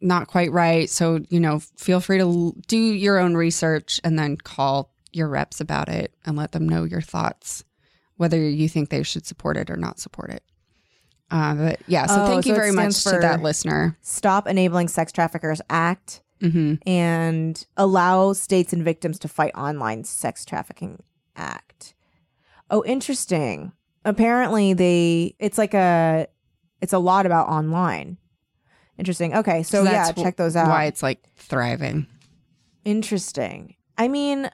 S3: not quite right. So you know, feel free to l- do your own research and then call your reps about it and let them know your thoughts, whether you think they should support it or not support it. Uh, but yeah, so
S2: Oh,
S3: thank you
S2: so it
S3: very much
S2: stands
S3: to that
S2: for-
S3: listener.
S2: Stop Enabling Sex Traffickers Act
S3: hmm
S2: and allow states and victims to fight online sex trafficking act. Oh, interesting. Apparently they it's like a it's a lot about online. Interesting. Okay, so, yeah,
S3: So that's wh-
S2: check those out.
S3: Why it's like thriving.
S2: Interesting. I mean,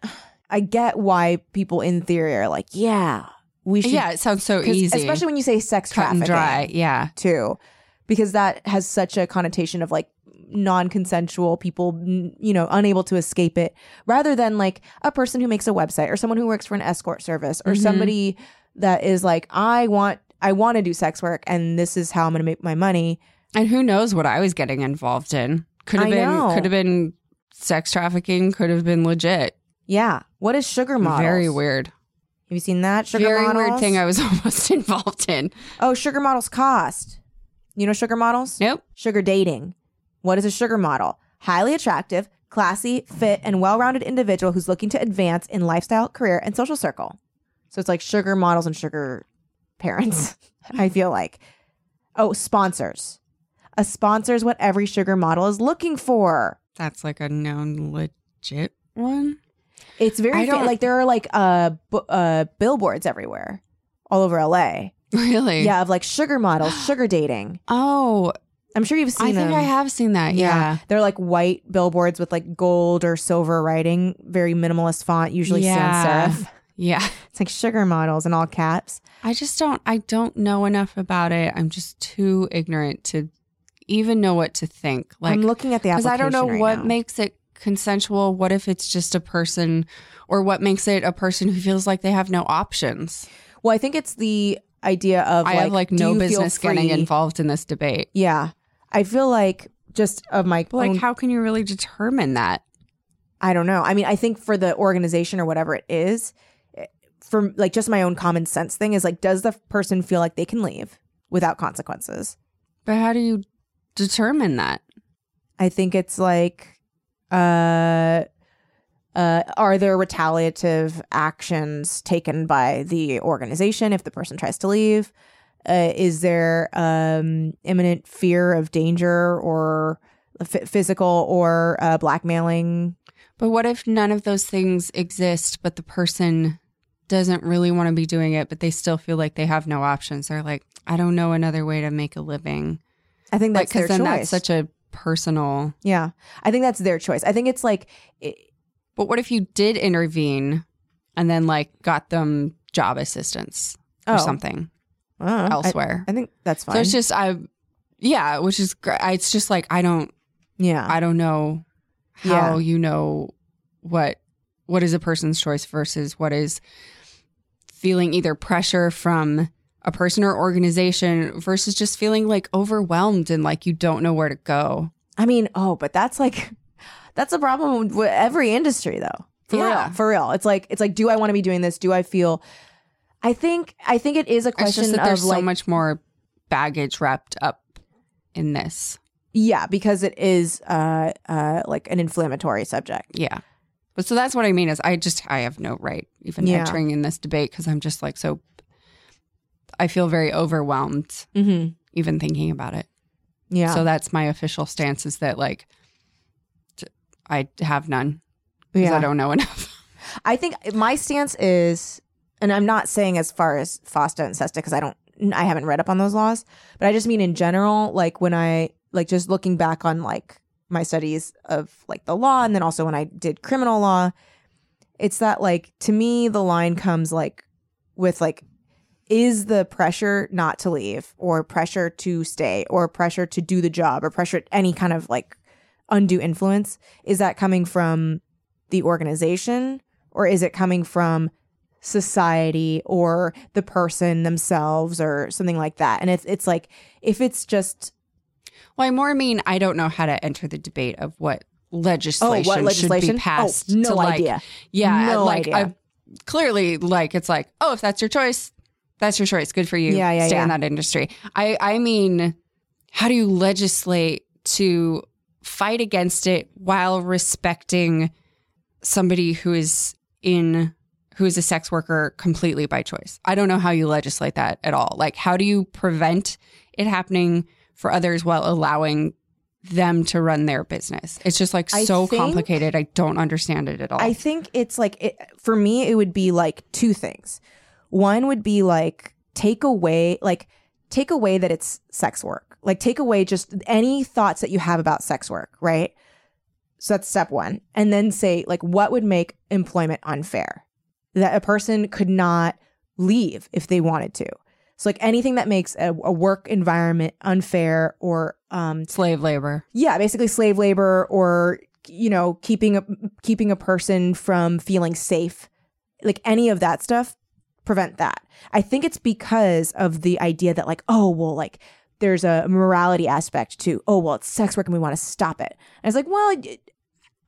S2: I get why people in theory are like, yeah, we should
S3: yeah, it sounds so
S2: 'cause
S3: easy,
S2: especially when you say sex
S3: cut and
S2: trafficking
S3: dry. Yeah,
S2: too because that has such a connotation of like non-consensual people n- you know unable to escape it rather than like a person who makes a website or someone who works for an escort service or
S3: Mhm.
S2: somebody that is like I want I want to do sex work and this is how I'm going to make my money
S3: and who knows what I was getting involved in? Could have
S2: I
S3: been,
S2: know.
S3: could have been sex trafficking. Could have been legit.
S2: yeah what is sugar models
S3: Very weird.
S2: have you seen that sugar
S3: very
S2: models
S3: weird thing I was almost involved in.
S2: oh sugar models cost you know sugar models
S3: Nope.
S2: Sugar dating. What is a sugar model? Highly attractive, classy, fit, and well rounded individual who's looking to advance in lifestyle, career, and social circle. So it's like sugar models and sugar parents, I feel like. Oh, sponsors. A sponsor is what every sugar model is looking for.
S3: That's like a known legit one.
S2: It's
S3: I
S2: very fa-
S3: don't-
S2: like there are like uh, bu- uh billboards everywhere, all over LA.
S3: Really?
S2: Yeah, of like sugar models, sugar dating.
S3: Oh,
S2: I'm sure you've seen
S3: I think
S2: them.
S3: I have seen that. Yeah.
S2: They're like white billboards with like gold or silver writing, very minimalist font, usually
S3: Yeah.
S2: sans serif.
S3: Yeah.
S2: It's like sugar models in all caps.
S3: I just don't I don't know enough about it. I'm just too ignorant to even know what to think. Like
S2: I'm looking at the
S3: because
S2: application
S3: I don't know
S2: right
S3: what
S2: now.
S3: makes it consensual? What if it's just a person, or what makes it a person who feels like they have no options?
S2: Well, I think it's the idea of
S3: I
S2: like,
S3: have like
S2: do
S3: no
S2: you feel
S3: business getting
S2: free?
S3: involved in this debate.
S2: Yeah, I feel like just of my
S3: But, Like,
S2: own-
S3: how can you really determine that?
S2: I don't know. I mean, I think for the organization or whatever it is, it- for like just my own common sense thing is like, does the person feel like they can leave without consequences?
S3: But how do you determine that?
S2: I think it's like, uh, uh, are there retaliative actions taken by the organization if the person tries to leave? Uh, is there um, imminent fear of danger or f- physical or uh, blackmailing?
S3: But what if none of those things exist, but the person doesn't really want to be doing it, but they still feel like they have no options? They're like, I don't know another way to make a living.
S2: I think
S3: Like,
S2: that's
S3: because
S2: their
S3: then
S2: choice.
S3: that's such a personal.
S2: yeah, I think that's their choice. I think it's like i-
S3: But what if you did intervene and then like got them job assistance or
S2: Oh.
S3: something
S2: I don't know. I-
S3: elsewhere?
S2: I, think that's fine.
S3: so it's just I, yeah, which is gr- I- it's just like I don't
S2: yeah,
S3: I don't know
S2: Yeah.
S3: how you know what what is a person's choice versus what is feeling either pressure from a person or organization versus just feeling like overwhelmed and like you don't know where to go.
S2: I mean, oh, but that's like that's a problem with every industry though. For
S3: Yeah.
S2: real, for real. It's like it's like, do I want to be doing this? Do I feel? I think I think it is a
S3: It's
S2: question
S3: just that
S2: of
S3: there's
S2: like,
S3: so much more baggage wrapped up in this.
S2: yeah, because it is uh uh like an inflammatory subject.
S3: Yeah. But so that's what I mean is I just I have no right even
S2: Yeah.
S3: entering in this debate because I'm just like so I feel very overwhelmed
S2: Mm-hmm.
S3: even thinking about it.
S2: Yeah,
S3: So that's my official stance is that like t- I have none because
S2: yeah.
S3: I don't know enough.
S2: I think my stance is, and I'm not saying as far as FOSTA and SESTA because I don't, I haven't read up on those laws, but I just mean in general, like when I, like just looking back on like my studies of like the law and then also when I did criminal law, it's that like to me, the line comes like with like, is the pressure not to leave or pressure to stay or pressure to do the job or pressure any kind of like undue influence? Is that coming from the organization or is it coming from society or the person themselves or something like that and it's it's like if it's just
S3: well, I more mean I don't know how to enter the debate of what
S2: oh
S3: legislation,
S2: what
S3: should
S2: legislation
S3: be passed.
S2: oh, no
S3: to, like-
S2: idea
S3: Yeah,
S2: No
S3: like
S2: idea.
S3: I clearly like it's like oh if that's your choice, that's your choice. Good for you.
S2: Yeah, yeah,
S3: Stay in
S2: yeah.
S3: that industry. I I mean, how do you legislate to fight against it while respecting somebody who is in who is a sex worker completely by choice? I don't know how you legislate that at all. Like how do you prevent it happening for others while allowing them to run their business. It's just like
S2: I
S3: so
S2: think-
S3: complicated. I don't understand it at all.
S2: I think it's like it, for me, it would be like two things. One would be like take away, like take away that it's sex work. Like take away just any thoughts that you have about sex work, right? So that's step one, and then say like what would make employment unfair that a person could not leave if they wanted to. So like anything that makes a, a work environment unfair or um,
S3: slave labor.
S2: yeah basically slave labor or you know keeping a keeping a person from feeling safe like any of that stuff prevent that i think it's because of the idea that like oh well like there's a morality aspect to oh well it's sex work and we want to stop it and it's like well it-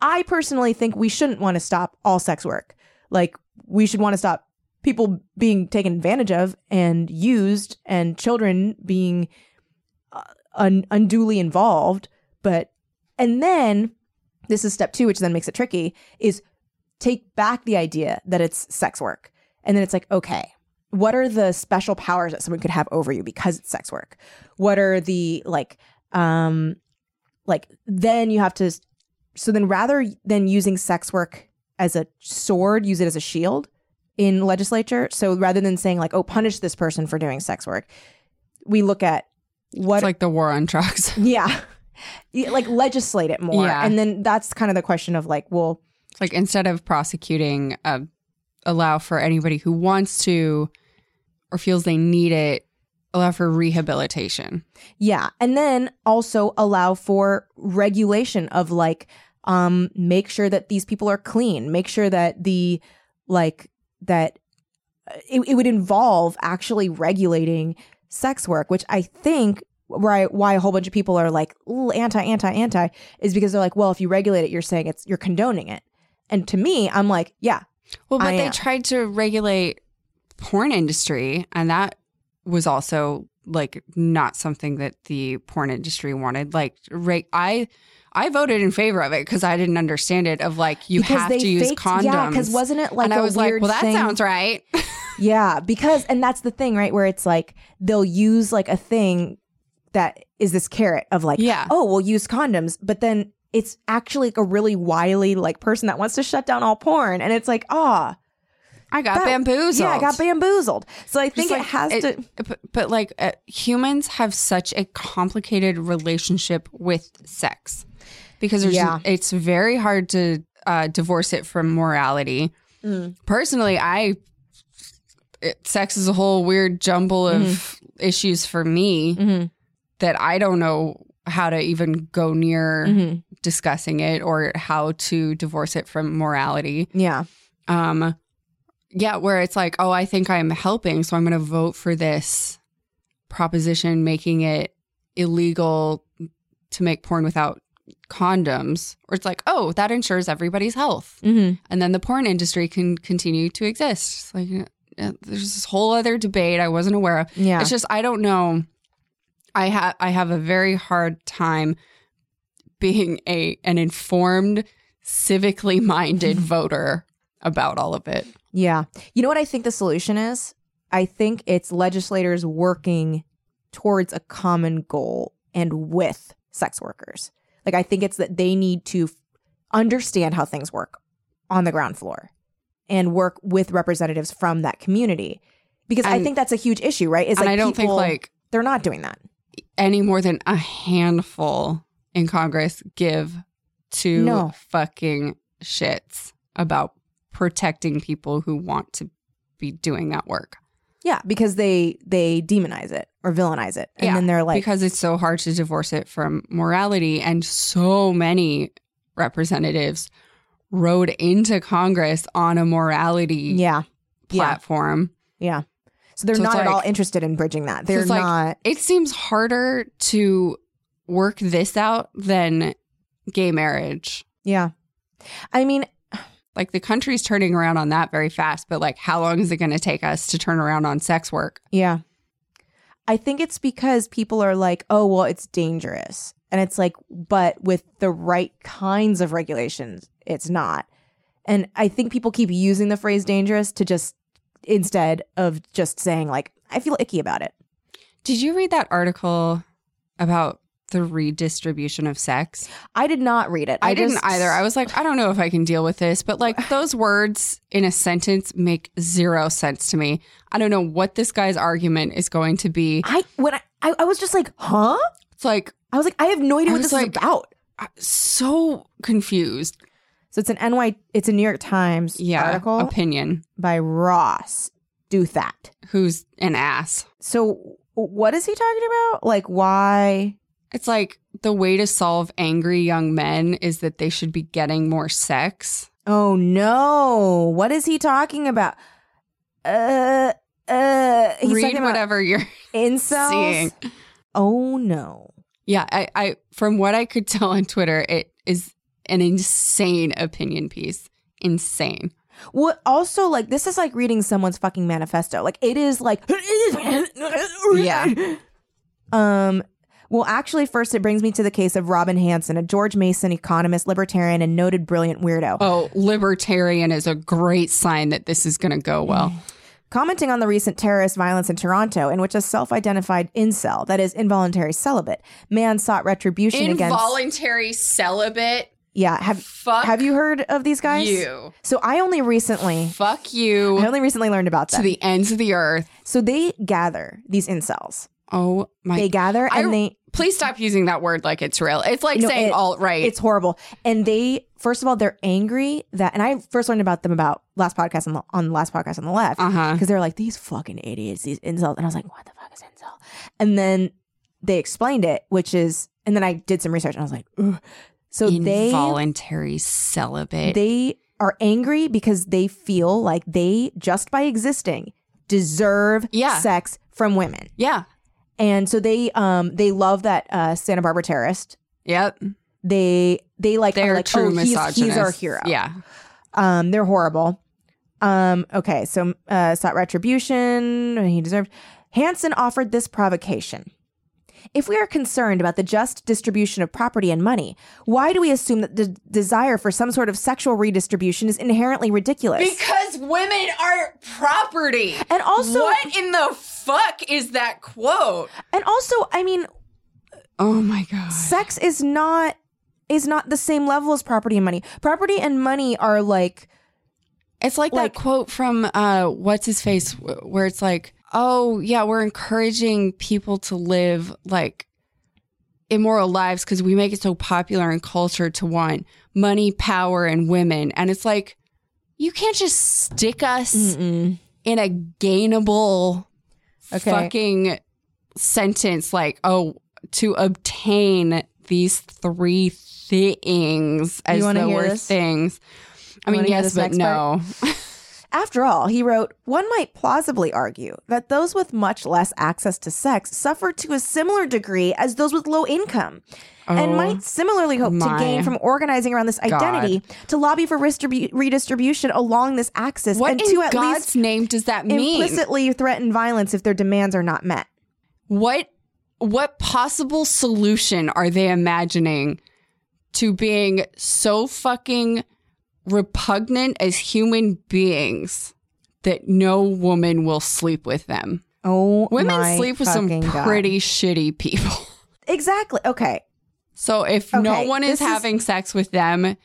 S2: i personally think we shouldn't want to stop all sex work like we should want to stop people being taken advantage of and used and children being uh, un- unduly involved but and then this is step two which then makes it tricky is take back the idea that it's sex work and then it's like okay what are the special powers that someone could have over you because it's sex work what are the like um like then you have to so then rather than using sex work as a sword use it as a shield in legislature so rather than saying like oh punish this person for doing sex work we look at what
S3: It's like the war on drugs.
S2: yeah. Yeah, Like legislate it more.
S3: Yeah.
S2: And then that's kind of the question of like, well,
S3: It's like instead of prosecuting, uh, allow for anybody who wants to or feels they need it, allow for rehabilitation.
S2: yeah. And then also allow for regulation of like um, make sure that these people are clean, make sure that the like that uh, it, it would involve actually regulating sex work, which I think right why a whole bunch of people are like "Ooh, anti anti anti is because they're like, well, if you regulate it, you're saying it's you're condoning it. And to me, I'm like, yeah,
S3: Well, but
S2: I uh,
S3: they
S2: am.
S3: tried to regulate porn industry, and that was also like not something that the porn industry wanted. Like, re- I I voted in favor of it because I didn't understand it. Of like, you
S2: because
S3: have
S2: they
S3: to use
S2: faked-
S3: condoms.
S2: Yeah, because wasn't it like
S3: and
S2: I
S3: I was like,
S2: weird
S3: well, that
S2: thing?
S3: sounds right.
S2: Yeah, because and that's the thing, right? Where it's like they'll use like a thing that is this carrot of like,
S3: Yeah.
S2: oh, we'll use condoms, but then it's actually like a really wily like person that wants to shut down all porn, and it's like, ah,
S3: I got
S2: That-
S3: bamboozled.
S2: yeah, I got bamboozled. So I think
S3: Just,
S2: it
S3: like,
S2: has to.
S3: But, but like, uh, humans have such a complicated relationship with sex because there's,
S2: Yeah.
S3: it's very hard to uh, divorce it from morality.
S2: mm,
S3: personally i it, sex is a whole weird jumble of issues for me
S2: Mhm.
S3: that i don't know how to even go near
S2: Mhm.
S3: discussing it or how to divorce it from morality
S2: Yeah,
S3: um yeah where it's like oh i think i'm helping so i'm going to vote for this proposition making it illegal to make porn without condoms or it's like oh that ensures everybody's health
S2: mm-hmm.
S3: and then the porn industry can continue to exist. It's Like uh, there's this whole other debate I wasn't aware of.
S2: yeah,
S3: It's just I don't know. I have I have a very hard time being a an informed, civically minded voter about all of it.
S2: yeah. You know what I think the solution is? I think it's legislators working towards a common goal and with sex workers. Like I think it's that they need to f- understand how things work on the ground floor and work with representatives from that community because I
S3: And-
S2: think that's a huge issue, right? Is
S3: and
S2: like
S3: I don't
S2: people-
S3: think like
S2: they're not doing that.
S3: any more than a handful in Congress give two
S2: No.
S3: fucking shits about protecting people who want to be doing that work.
S2: Yeah, because they they demonize it or villainize it, and
S3: Yeah,
S2: then they're like,
S3: because it's so hard to divorce it from morality and so many representatives rode into congress on a morality
S2: yeah, yeah.
S3: platform
S2: Yeah. So they're
S3: So it's
S2: not at all
S3: like-
S2: interested in bridging that. They're
S3: it's like-
S2: not.
S3: it seems harder to work this out than gay marriage
S2: Yeah. I mean,
S3: like the country's turning around on that very fast but like how long is it going to take us to turn around on sex work
S2: yeah. I think it's because people are like, oh, well, it's dangerous. And it's like, but with the right kinds of regulations, it's not. And I think people keep using the phrase dangerous to just, instead of just saying, like, I feel icky about it.
S3: did you read that article about the redistribution of sex
S2: I did not read it.
S3: I, didn't
S2: just-
S3: either. I was like, I don't know if I can deal with this, but like those words in a sentence make zero sense to me. I don't know what this guy's argument is going to be.
S2: I, when I, I, I was just like, huh?
S3: It's like
S2: I was like, I have no idea
S3: I
S2: what
S3: was
S2: this
S3: like-
S2: is about.
S3: I'm so confused.
S2: So it's an NY, it's a New York Times
S3: Yeah,
S2: article
S3: opinion.
S2: by Ross. Do that.
S3: Who's an ass?
S2: So what is he talking about? Like why?
S3: It's like the way to solve angry young men is that they should be getting more sex.
S2: Oh no! What is he talking about? Uh, uh. He's
S3: Read
S2: talking about
S3: whatever you're
S2: incels.
S3: seeing.
S2: Oh no!
S3: Yeah, I, I from what I could tell on Twitter, it is an insane opinion piece. Insane.
S2: What also like this is like reading someone's fucking manifesto. Like it is like
S3: Yeah.
S2: Um well actually first it brings me to the case of Robin Hanson, a George Mason economist, libertarian and noted brilliant weirdo.
S3: Oh, libertarian is a great sign that this is going to go well.
S2: Commenting on the recent terrorist violence in Toronto, in which a self identified incel, that is involuntary celibate, man sought retribution against.
S3: celibate.
S2: Yeah. Have,
S3: Fuck
S2: have you heard of these guys?
S3: you.
S2: So I only recently.
S3: Fuck
S2: I
S3: you
S2: only recently learned about
S3: to
S2: them.
S3: the ends of the earth.
S2: so they gather these incels.
S3: Oh my!
S2: They gather and
S3: I-
S2: they
S3: Please stop using that word like it's real. It's like
S2: No,
S3: saying
S2: it-
S3: alt right.
S2: It's horrible. And they, first of all, they're angry that, and I first learned about them about last podcast on the, on the last podcast on the left
S3: uh huh.
S2: because they're like these fucking idiots, these incels, and I was like, what the fuck is incel? And then they explained it, which is, and then I did some research and I was like, Ugh. So they
S3: involuntary celibate.
S2: they are angry because they feel like they just by existing deserve
S3: Yeah.
S2: sex from women.
S3: yeah.
S2: And so they um they love that uh Santa Barbara terrorist.
S3: Yep.
S2: They they like
S3: They're
S2: are like
S3: true
S2: oh, he's,
S3: misogynists.
S2: he's our hero.
S3: Yeah.
S2: Um, they're horrible. Um, okay, so uh, sought retribution. He deserved. Hansen offered this provocation. If we are concerned about the just distribution of property and money, why do we assume that the desire for some sort of sexual redistribution is inherently ridiculous?
S3: Because women are property.
S2: and also,
S3: what in the fuck is that quote?
S2: and also, I mean,
S3: Oh my god.
S2: sex is not is not the same level as property and money. Property and money are like
S3: It's like,
S2: Like-
S3: that quote from uh, what's his face, wh- where it's like, "Oh yeah, we're encouraging people to live like immoral lives because we make it so popular in culture to want money, power, and women." And it's like, you can't just stick us
S2: Mm.
S3: in a gainable
S2: Okay.
S3: fucking sentence like, "Oh, to obtain these three things as
S2: wanna
S3: though
S2: hear
S3: we're
S2: this?
S3: things." I
S2: You
S3: mean,
S2: wanna hear
S3: yes,
S2: this
S3: but
S2: next
S3: no.
S2: part? After all, he wrote, one might plausibly argue that those with much less access to sex suffer to a similar degree as those with low income and
S3: Oh,
S2: might similarly hope
S3: my
S2: to gain from organizing around this identity to lobby for redistribu- redistribution along this axis
S3: What
S2: and
S3: in
S2: to at
S3: God's
S2: least
S3: name does that mean?
S2: implicitly threaten violence if their demands are not met.
S3: What what possible solution are they imagining to being so fucking repugnant as human beings that no woman will sleep with them?
S2: Oh,
S3: Women
S2: my
S3: sleep with some
S2: fucking God.
S3: pretty shitty people.
S2: Exactly. Okay.
S3: So if no
S2: Okay,
S3: one is
S2: this is-
S3: having sex with them,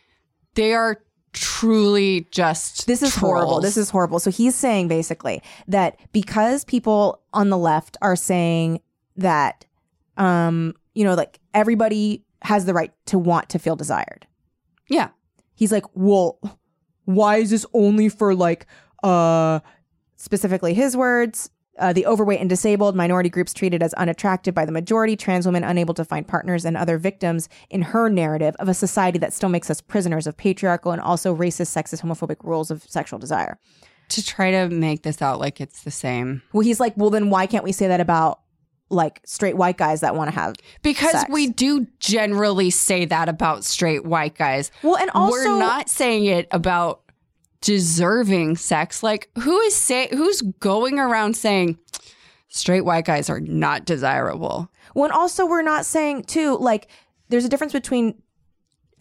S3: they are truly just
S2: This is horrible.
S3: trolls.
S2: This is horrible. So he's saying basically that because people on the left are saying that, um, you know, like everybody has the right to want to feel desired.
S3: yeah.
S2: He's like, well, why is this only for like, uh, specifically his words? Uh, the overweight and disabled minority groups treated as unattractive by the majority, trans women unable to find partners, and other victims in her narrative of a society that still makes us prisoners of patriarchal and also racist, sexist, homophobic rules of sexual desire.
S3: To try to make this out like it's the same.
S2: Well, he's like, well, then why can't we say that about like straight white guys that want to have?
S3: Because
S2: sex.
S3: we do generally say that about straight white guys.
S2: Well, and also,
S3: We're not saying it about deserving sex. Like who is say who's going around saying straight white guys are not desirable?
S2: well, and also, we're not saying too like there's a difference between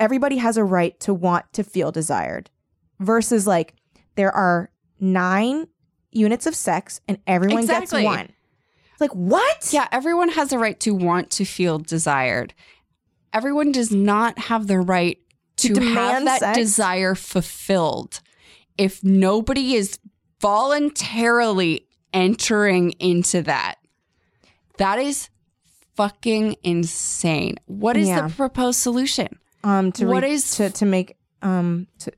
S2: everybody has a right to want to feel desired versus like there are nine units of sex and everyone
S3: Exactly.
S2: gets one. It's Like what?
S3: Yeah, everyone has a right to want to feel desired. Everyone does not have the right
S2: To
S3: to, have
S2: demand
S3: that
S2: sex?
S3: desire fulfilled if nobody is voluntarily entering into that. That is fucking insane. What is
S2: Yeah.
S3: the proposed solution?
S2: Um, to
S3: What
S2: re-
S3: is-
S2: to to make um to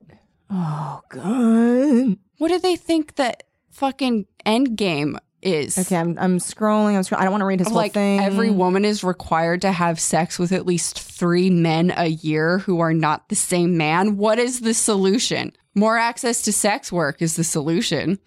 S2: oh god.
S3: What do they think that fucking end game is?
S2: Okay, I'm I'm scrolling. I'm scrolling. I don't want to read his
S3: like
S2: whole thing.
S3: every woman is required to have sex with at least three men a year who are not the same man. What is the solution? More access to sex work is the solution.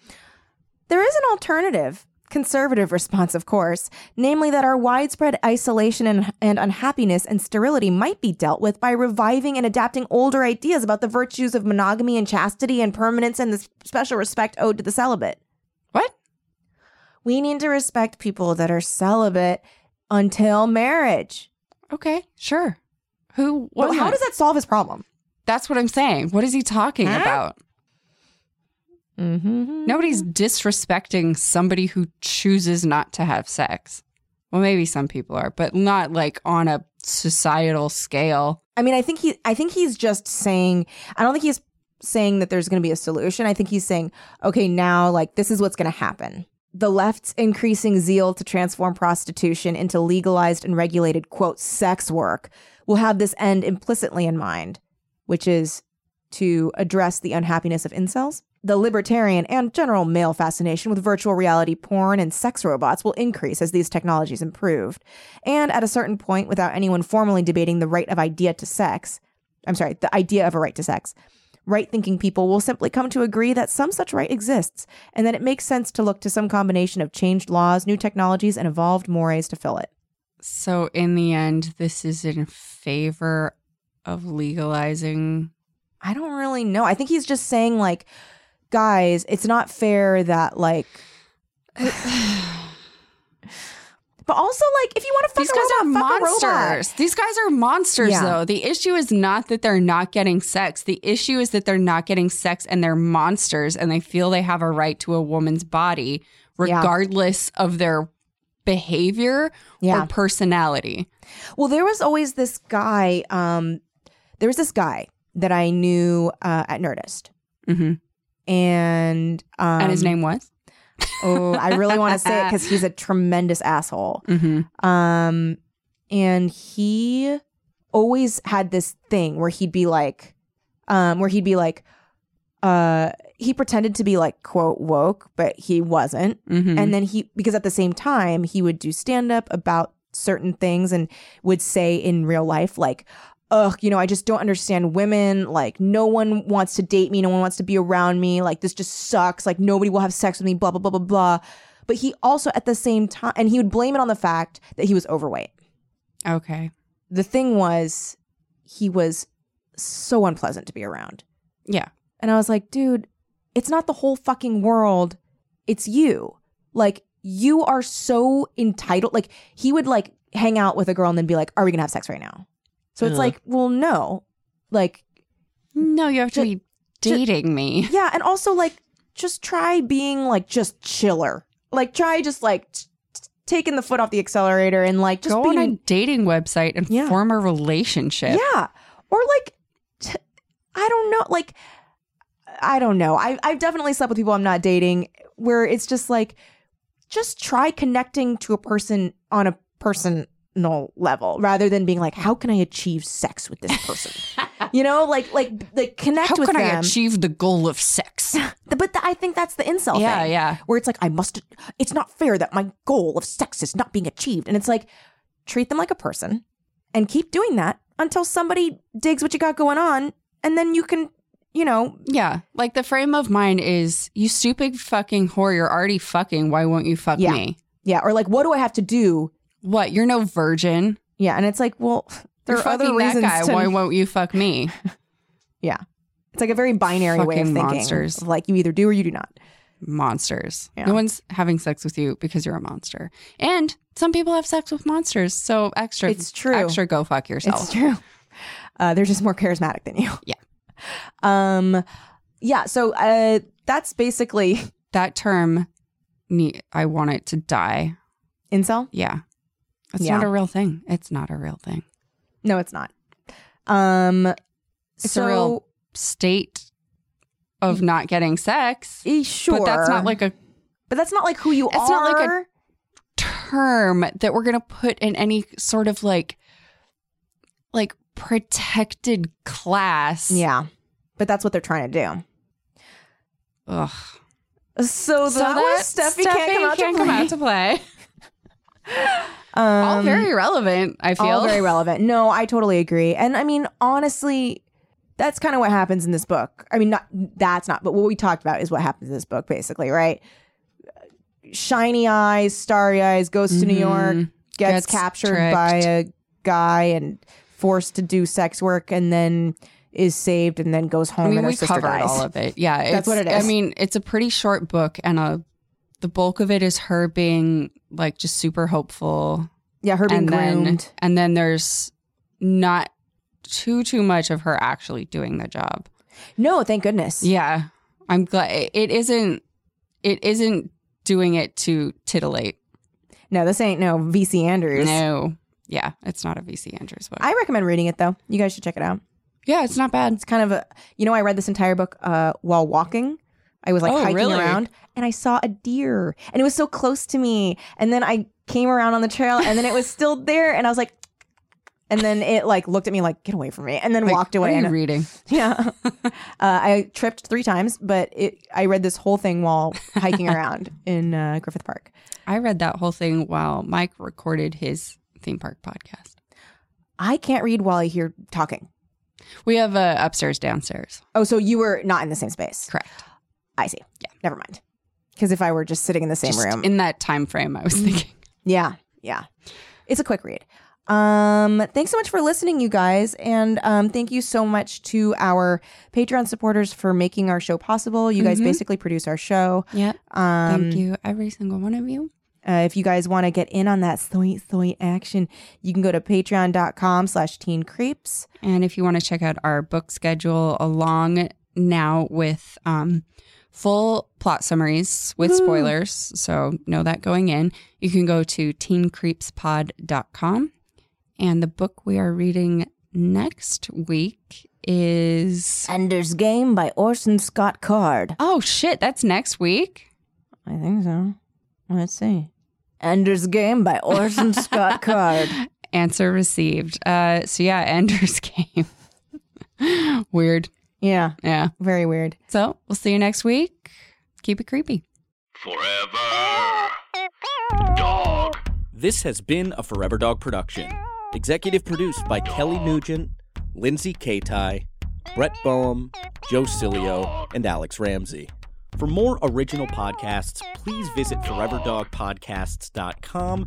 S2: There is an alternative, conservative response, of course, namely that our widespread isolation and, and unhappiness and sterility might be dealt with by reviving and adapting older ideas about the virtues of monogamy and chastity and permanence and the s- special respect owed to the celibate.
S3: What?
S2: We need to respect people that are celibate until marriage.
S3: Okay, sure. Who? What?
S2: but how does that solve his problem?
S3: That's what I'm saying. What is he talking
S2: Huh?
S3: about?
S2: Mm-hmm.
S3: Nobody's disrespecting somebody who chooses not to have sex. Well, maybe some people are, but not like on a societal scale.
S2: I mean, I think he, I think he's just saying. I don't think he's saying that there's going to be a solution. I think he's saying, okay, now like this is what's going to happen. The left's increasing zeal to transform prostitution into legalized and regulated quote sex work will have this end implicitly in mind, which is to address the unhappiness of incels. The libertarian and general male fascination with virtual reality porn and sex robots will increase as these technologies improve. And at a certain point, without anyone formally debating the right of idea to sex, I'm sorry, the idea of a right to sex. Right thinking people will simply come to agree that some such right exists and that it makes sense to look to some combination of changed laws, new technologies, and evolved mores to fill it.
S3: So in the end, this is in favor of legalizing.
S2: I don't really know. I think he's just saying, like, guys, it's not fair that, like, but also, like, if you want to fuck
S3: These
S2: a
S3: guys are
S2: robot, fuck a robot.
S3: monsters. These guys are monsters,
S2: Yeah.
S3: though. The issue is not that they're not getting sex. The issue is that they're not getting sex and they're monsters and they feel they have a right to a woman's body,
S2: Yeah.
S3: regardless of their behavior
S2: Yeah.
S3: or personality.
S2: Well, there was always this guy. Um, there was this guy that I knew uh, at Nerdist,
S3: Mhm.
S2: and Mm-hmm. um,
S3: and his name was?
S2: oh, I really want to say it because he's a tremendous asshole.
S3: Mm-hmm.
S2: Um, and he always had this thing where he'd be like, um, where he'd be like, uh, he pretended to be like quote woke, but he wasn't.
S3: Mm-hmm.
S2: And then he, because at the same time, he would do stand up about certain things and would say in real life, like, ugh, you know, I just don't understand women. Like, no one wants to date me. No one wants to be around me. Like, this just sucks. Like, nobody will have sex with me, blah, blah, blah, blah, blah. But he also, at the same time, and he would blame it on the fact that he was overweight.
S3: okay.
S2: The thing was, he was so unpleasant to be around.
S3: Yeah.
S2: And I was like, dude, it's not the whole fucking world. It's you. Like, you are so entitled. Like, he would like hang out with a girl and then be like, are we gonna have sex right now? So it's
S3: Ugh.
S2: like, well, no. Like,
S3: No, you have to
S2: Ju-
S3: be dating me.
S2: yeah. And also, like, just try being like just chiller. Like, try just like t- t- taking the foot off the accelerator and like just
S3: Go
S2: being
S3: on a dating website and
S2: Yeah.
S3: form a relationship.
S2: Yeah. Or like, t- I don't know. Like, I don't know. I, I've definitely slept with people I'm not dating where it's just like, just try connecting to a person on a personal level rather than being like, how can I achieve sex with this person? you know, like, like, like connect
S3: How
S2: with
S3: can I
S2: them.
S3: achieve the goal of sex?
S2: but the, I think that's the incel thing
S3: yeah, yeah.
S2: where it's like I must it's not fair that my goal of sex is not being achieved and it's like treat them like a person and keep doing that until somebody digs what you got going on and then you can you know
S3: Yeah. Like the frame of mind is you stupid fucking whore, you're already fucking. Why won't you fuck
S2: Yeah.
S3: me?
S2: yeah or like what do I have to do
S3: What? You're no virgin.
S2: yeah and it's like well there
S3: you're
S2: are other
S3: fucking that
S2: reasons
S3: guy.
S2: to-
S3: Why won't you fuck me?
S2: it's like a very binary way of
S3: Fucking
S2: thinking
S3: monsters.
S2: of, like you either do or you do not
S3: Monsters.
S2: Yeah.
S3: No one's having sex with you because you're a monster. And some people have sex with monsters. So extra
S2: It's true.
S3: Extra go fuck yourself.
S2: It's true. Uh, they're just more charismatic than you.
S3: Yeah.
S2: Um. Yeah. So uh, that's basically
S3: That term ne- I want it to die.
S2: incel.
S3: Yeah. It's
S2: Yeah.
S3: not a real thing. It's not a real thing.
S2: No, it's not. Um,
S3: It's a
S2: so,
S3: real- State of not getting sex.
S2: Eh, sure,
S3: But that's not like a
S2: but that's not like who you are.
S3: It's not like a- term that we're going to put in any sort of like like protected class.
S2: yeah, but that's what they're trying to
S3: Ugh.
S2: do. So, that, was Steffi, can't come out to play.
S3: play.
S2: Um,
S3: all very relevant, I feel.
S2: all very relevant. No, I totally agree. And I mean, honestly, that's kind of what happens in this book. I mean, not that's not, but what we talked about is what happens in this book, basically, right? Shiny eyes, starry eyes, goes to New York,
S3: Mhm.
S2: gets,
S3: Gets
S2: captured
S3: tricked.
S2: by a guy and forced to do sex work, and then is saved, and then goes home
S3: I mean,
S2: and her
S3: we
S2: sister
S3: covered
S2: dies.
S3: all of it. Yeah, it's-
S2: what it
S3: I
S2: is.
S3: mean, it's a pretty short book, and a, the bulk of it is her being like just super hopeful,
S2: yeah, her being
S3: and then
S2: groomed.
S3: and then there's not too too much of her actually doing the job.
S2: no, thank goodness.
S3: Yeah, I'm glad it- it isn't. It isn't doing it to titillate.
S2: No, this ain't no VC Andrews.
S3: No, yeah, it's not a VC Andrews book.
S2: I recommend reading it though. You guys should check it out.
S3: yeah, it's not bad.
S2: It's kind of a, you know, I read this entire book uh, while walking. I was like
S3: Oh,
S2: hiking
S3: really?
S2: around and I saw a deer and it was so close to me. And then I came around on the trail and then it was still there and I was like, and then it like looked at me like, get away from me and then
S3: Like,
S2: walked away.
S3: What are you
S2: And,
S3: reading?
S2: yeah. uh, I tripped three times, but it, I read this whole thing while hiking around in uh, Griffith Park.
S3: I read that whole thing while Mike recorded his theme park podcast.
S2: I can't read while I hear talking.
S3: We have uh, upstairs, downstairs.
S2: Oh, so you were not in the same space.
S3: Correct.
S2: I see. Yeah. Never mind. Because if I were just sitting in the same
S3: Just
S2: room. Mm-hmm.
S3: in that time frame, I was thinking.
S2: yeah. Yeah. It's a quick read. Um, thanks so much for listening, you guys. And um, thank you so much to our Patreon supporters for making our show possible. You guys
S3: Mhm.
S2: basically produce our show.
S3: Yep.
S2: Um,
S3: Thank you, every single one of you.
S2: Uh, if you guys want to get in on that soy soy action, you can go to patreon.com slash teen creeps.
S3: And if you want to check out our book schedule along now with um, full plot summaries with
S2: Woo.
S3: spoilers, so know that going in, you can go to teenscreepspod.com. And the book we are reading next week is.
S2: Ender's Game by Orson Scott Card.
S3: Oh, shit, that's next week?
S2: I think so. Let's see. Ender's Game by Orson Scott Card.
S3: Answer received. Uh, so, yeah, Ender's Game. Weird.
S2: Yeah,
S3: Yeah.
S2: very weird.
S3: So, we'll see you next week. Keep it creepy.
S1: Forever. Dog.
S4: This has been a Forever Dog production. Executive produced by Kelly Nugent, Lindsay Katai, Brett Boehm, Joe Cilio, and Alex Ramsey. For more original podcasts, please visit foreverdogpodcasts.com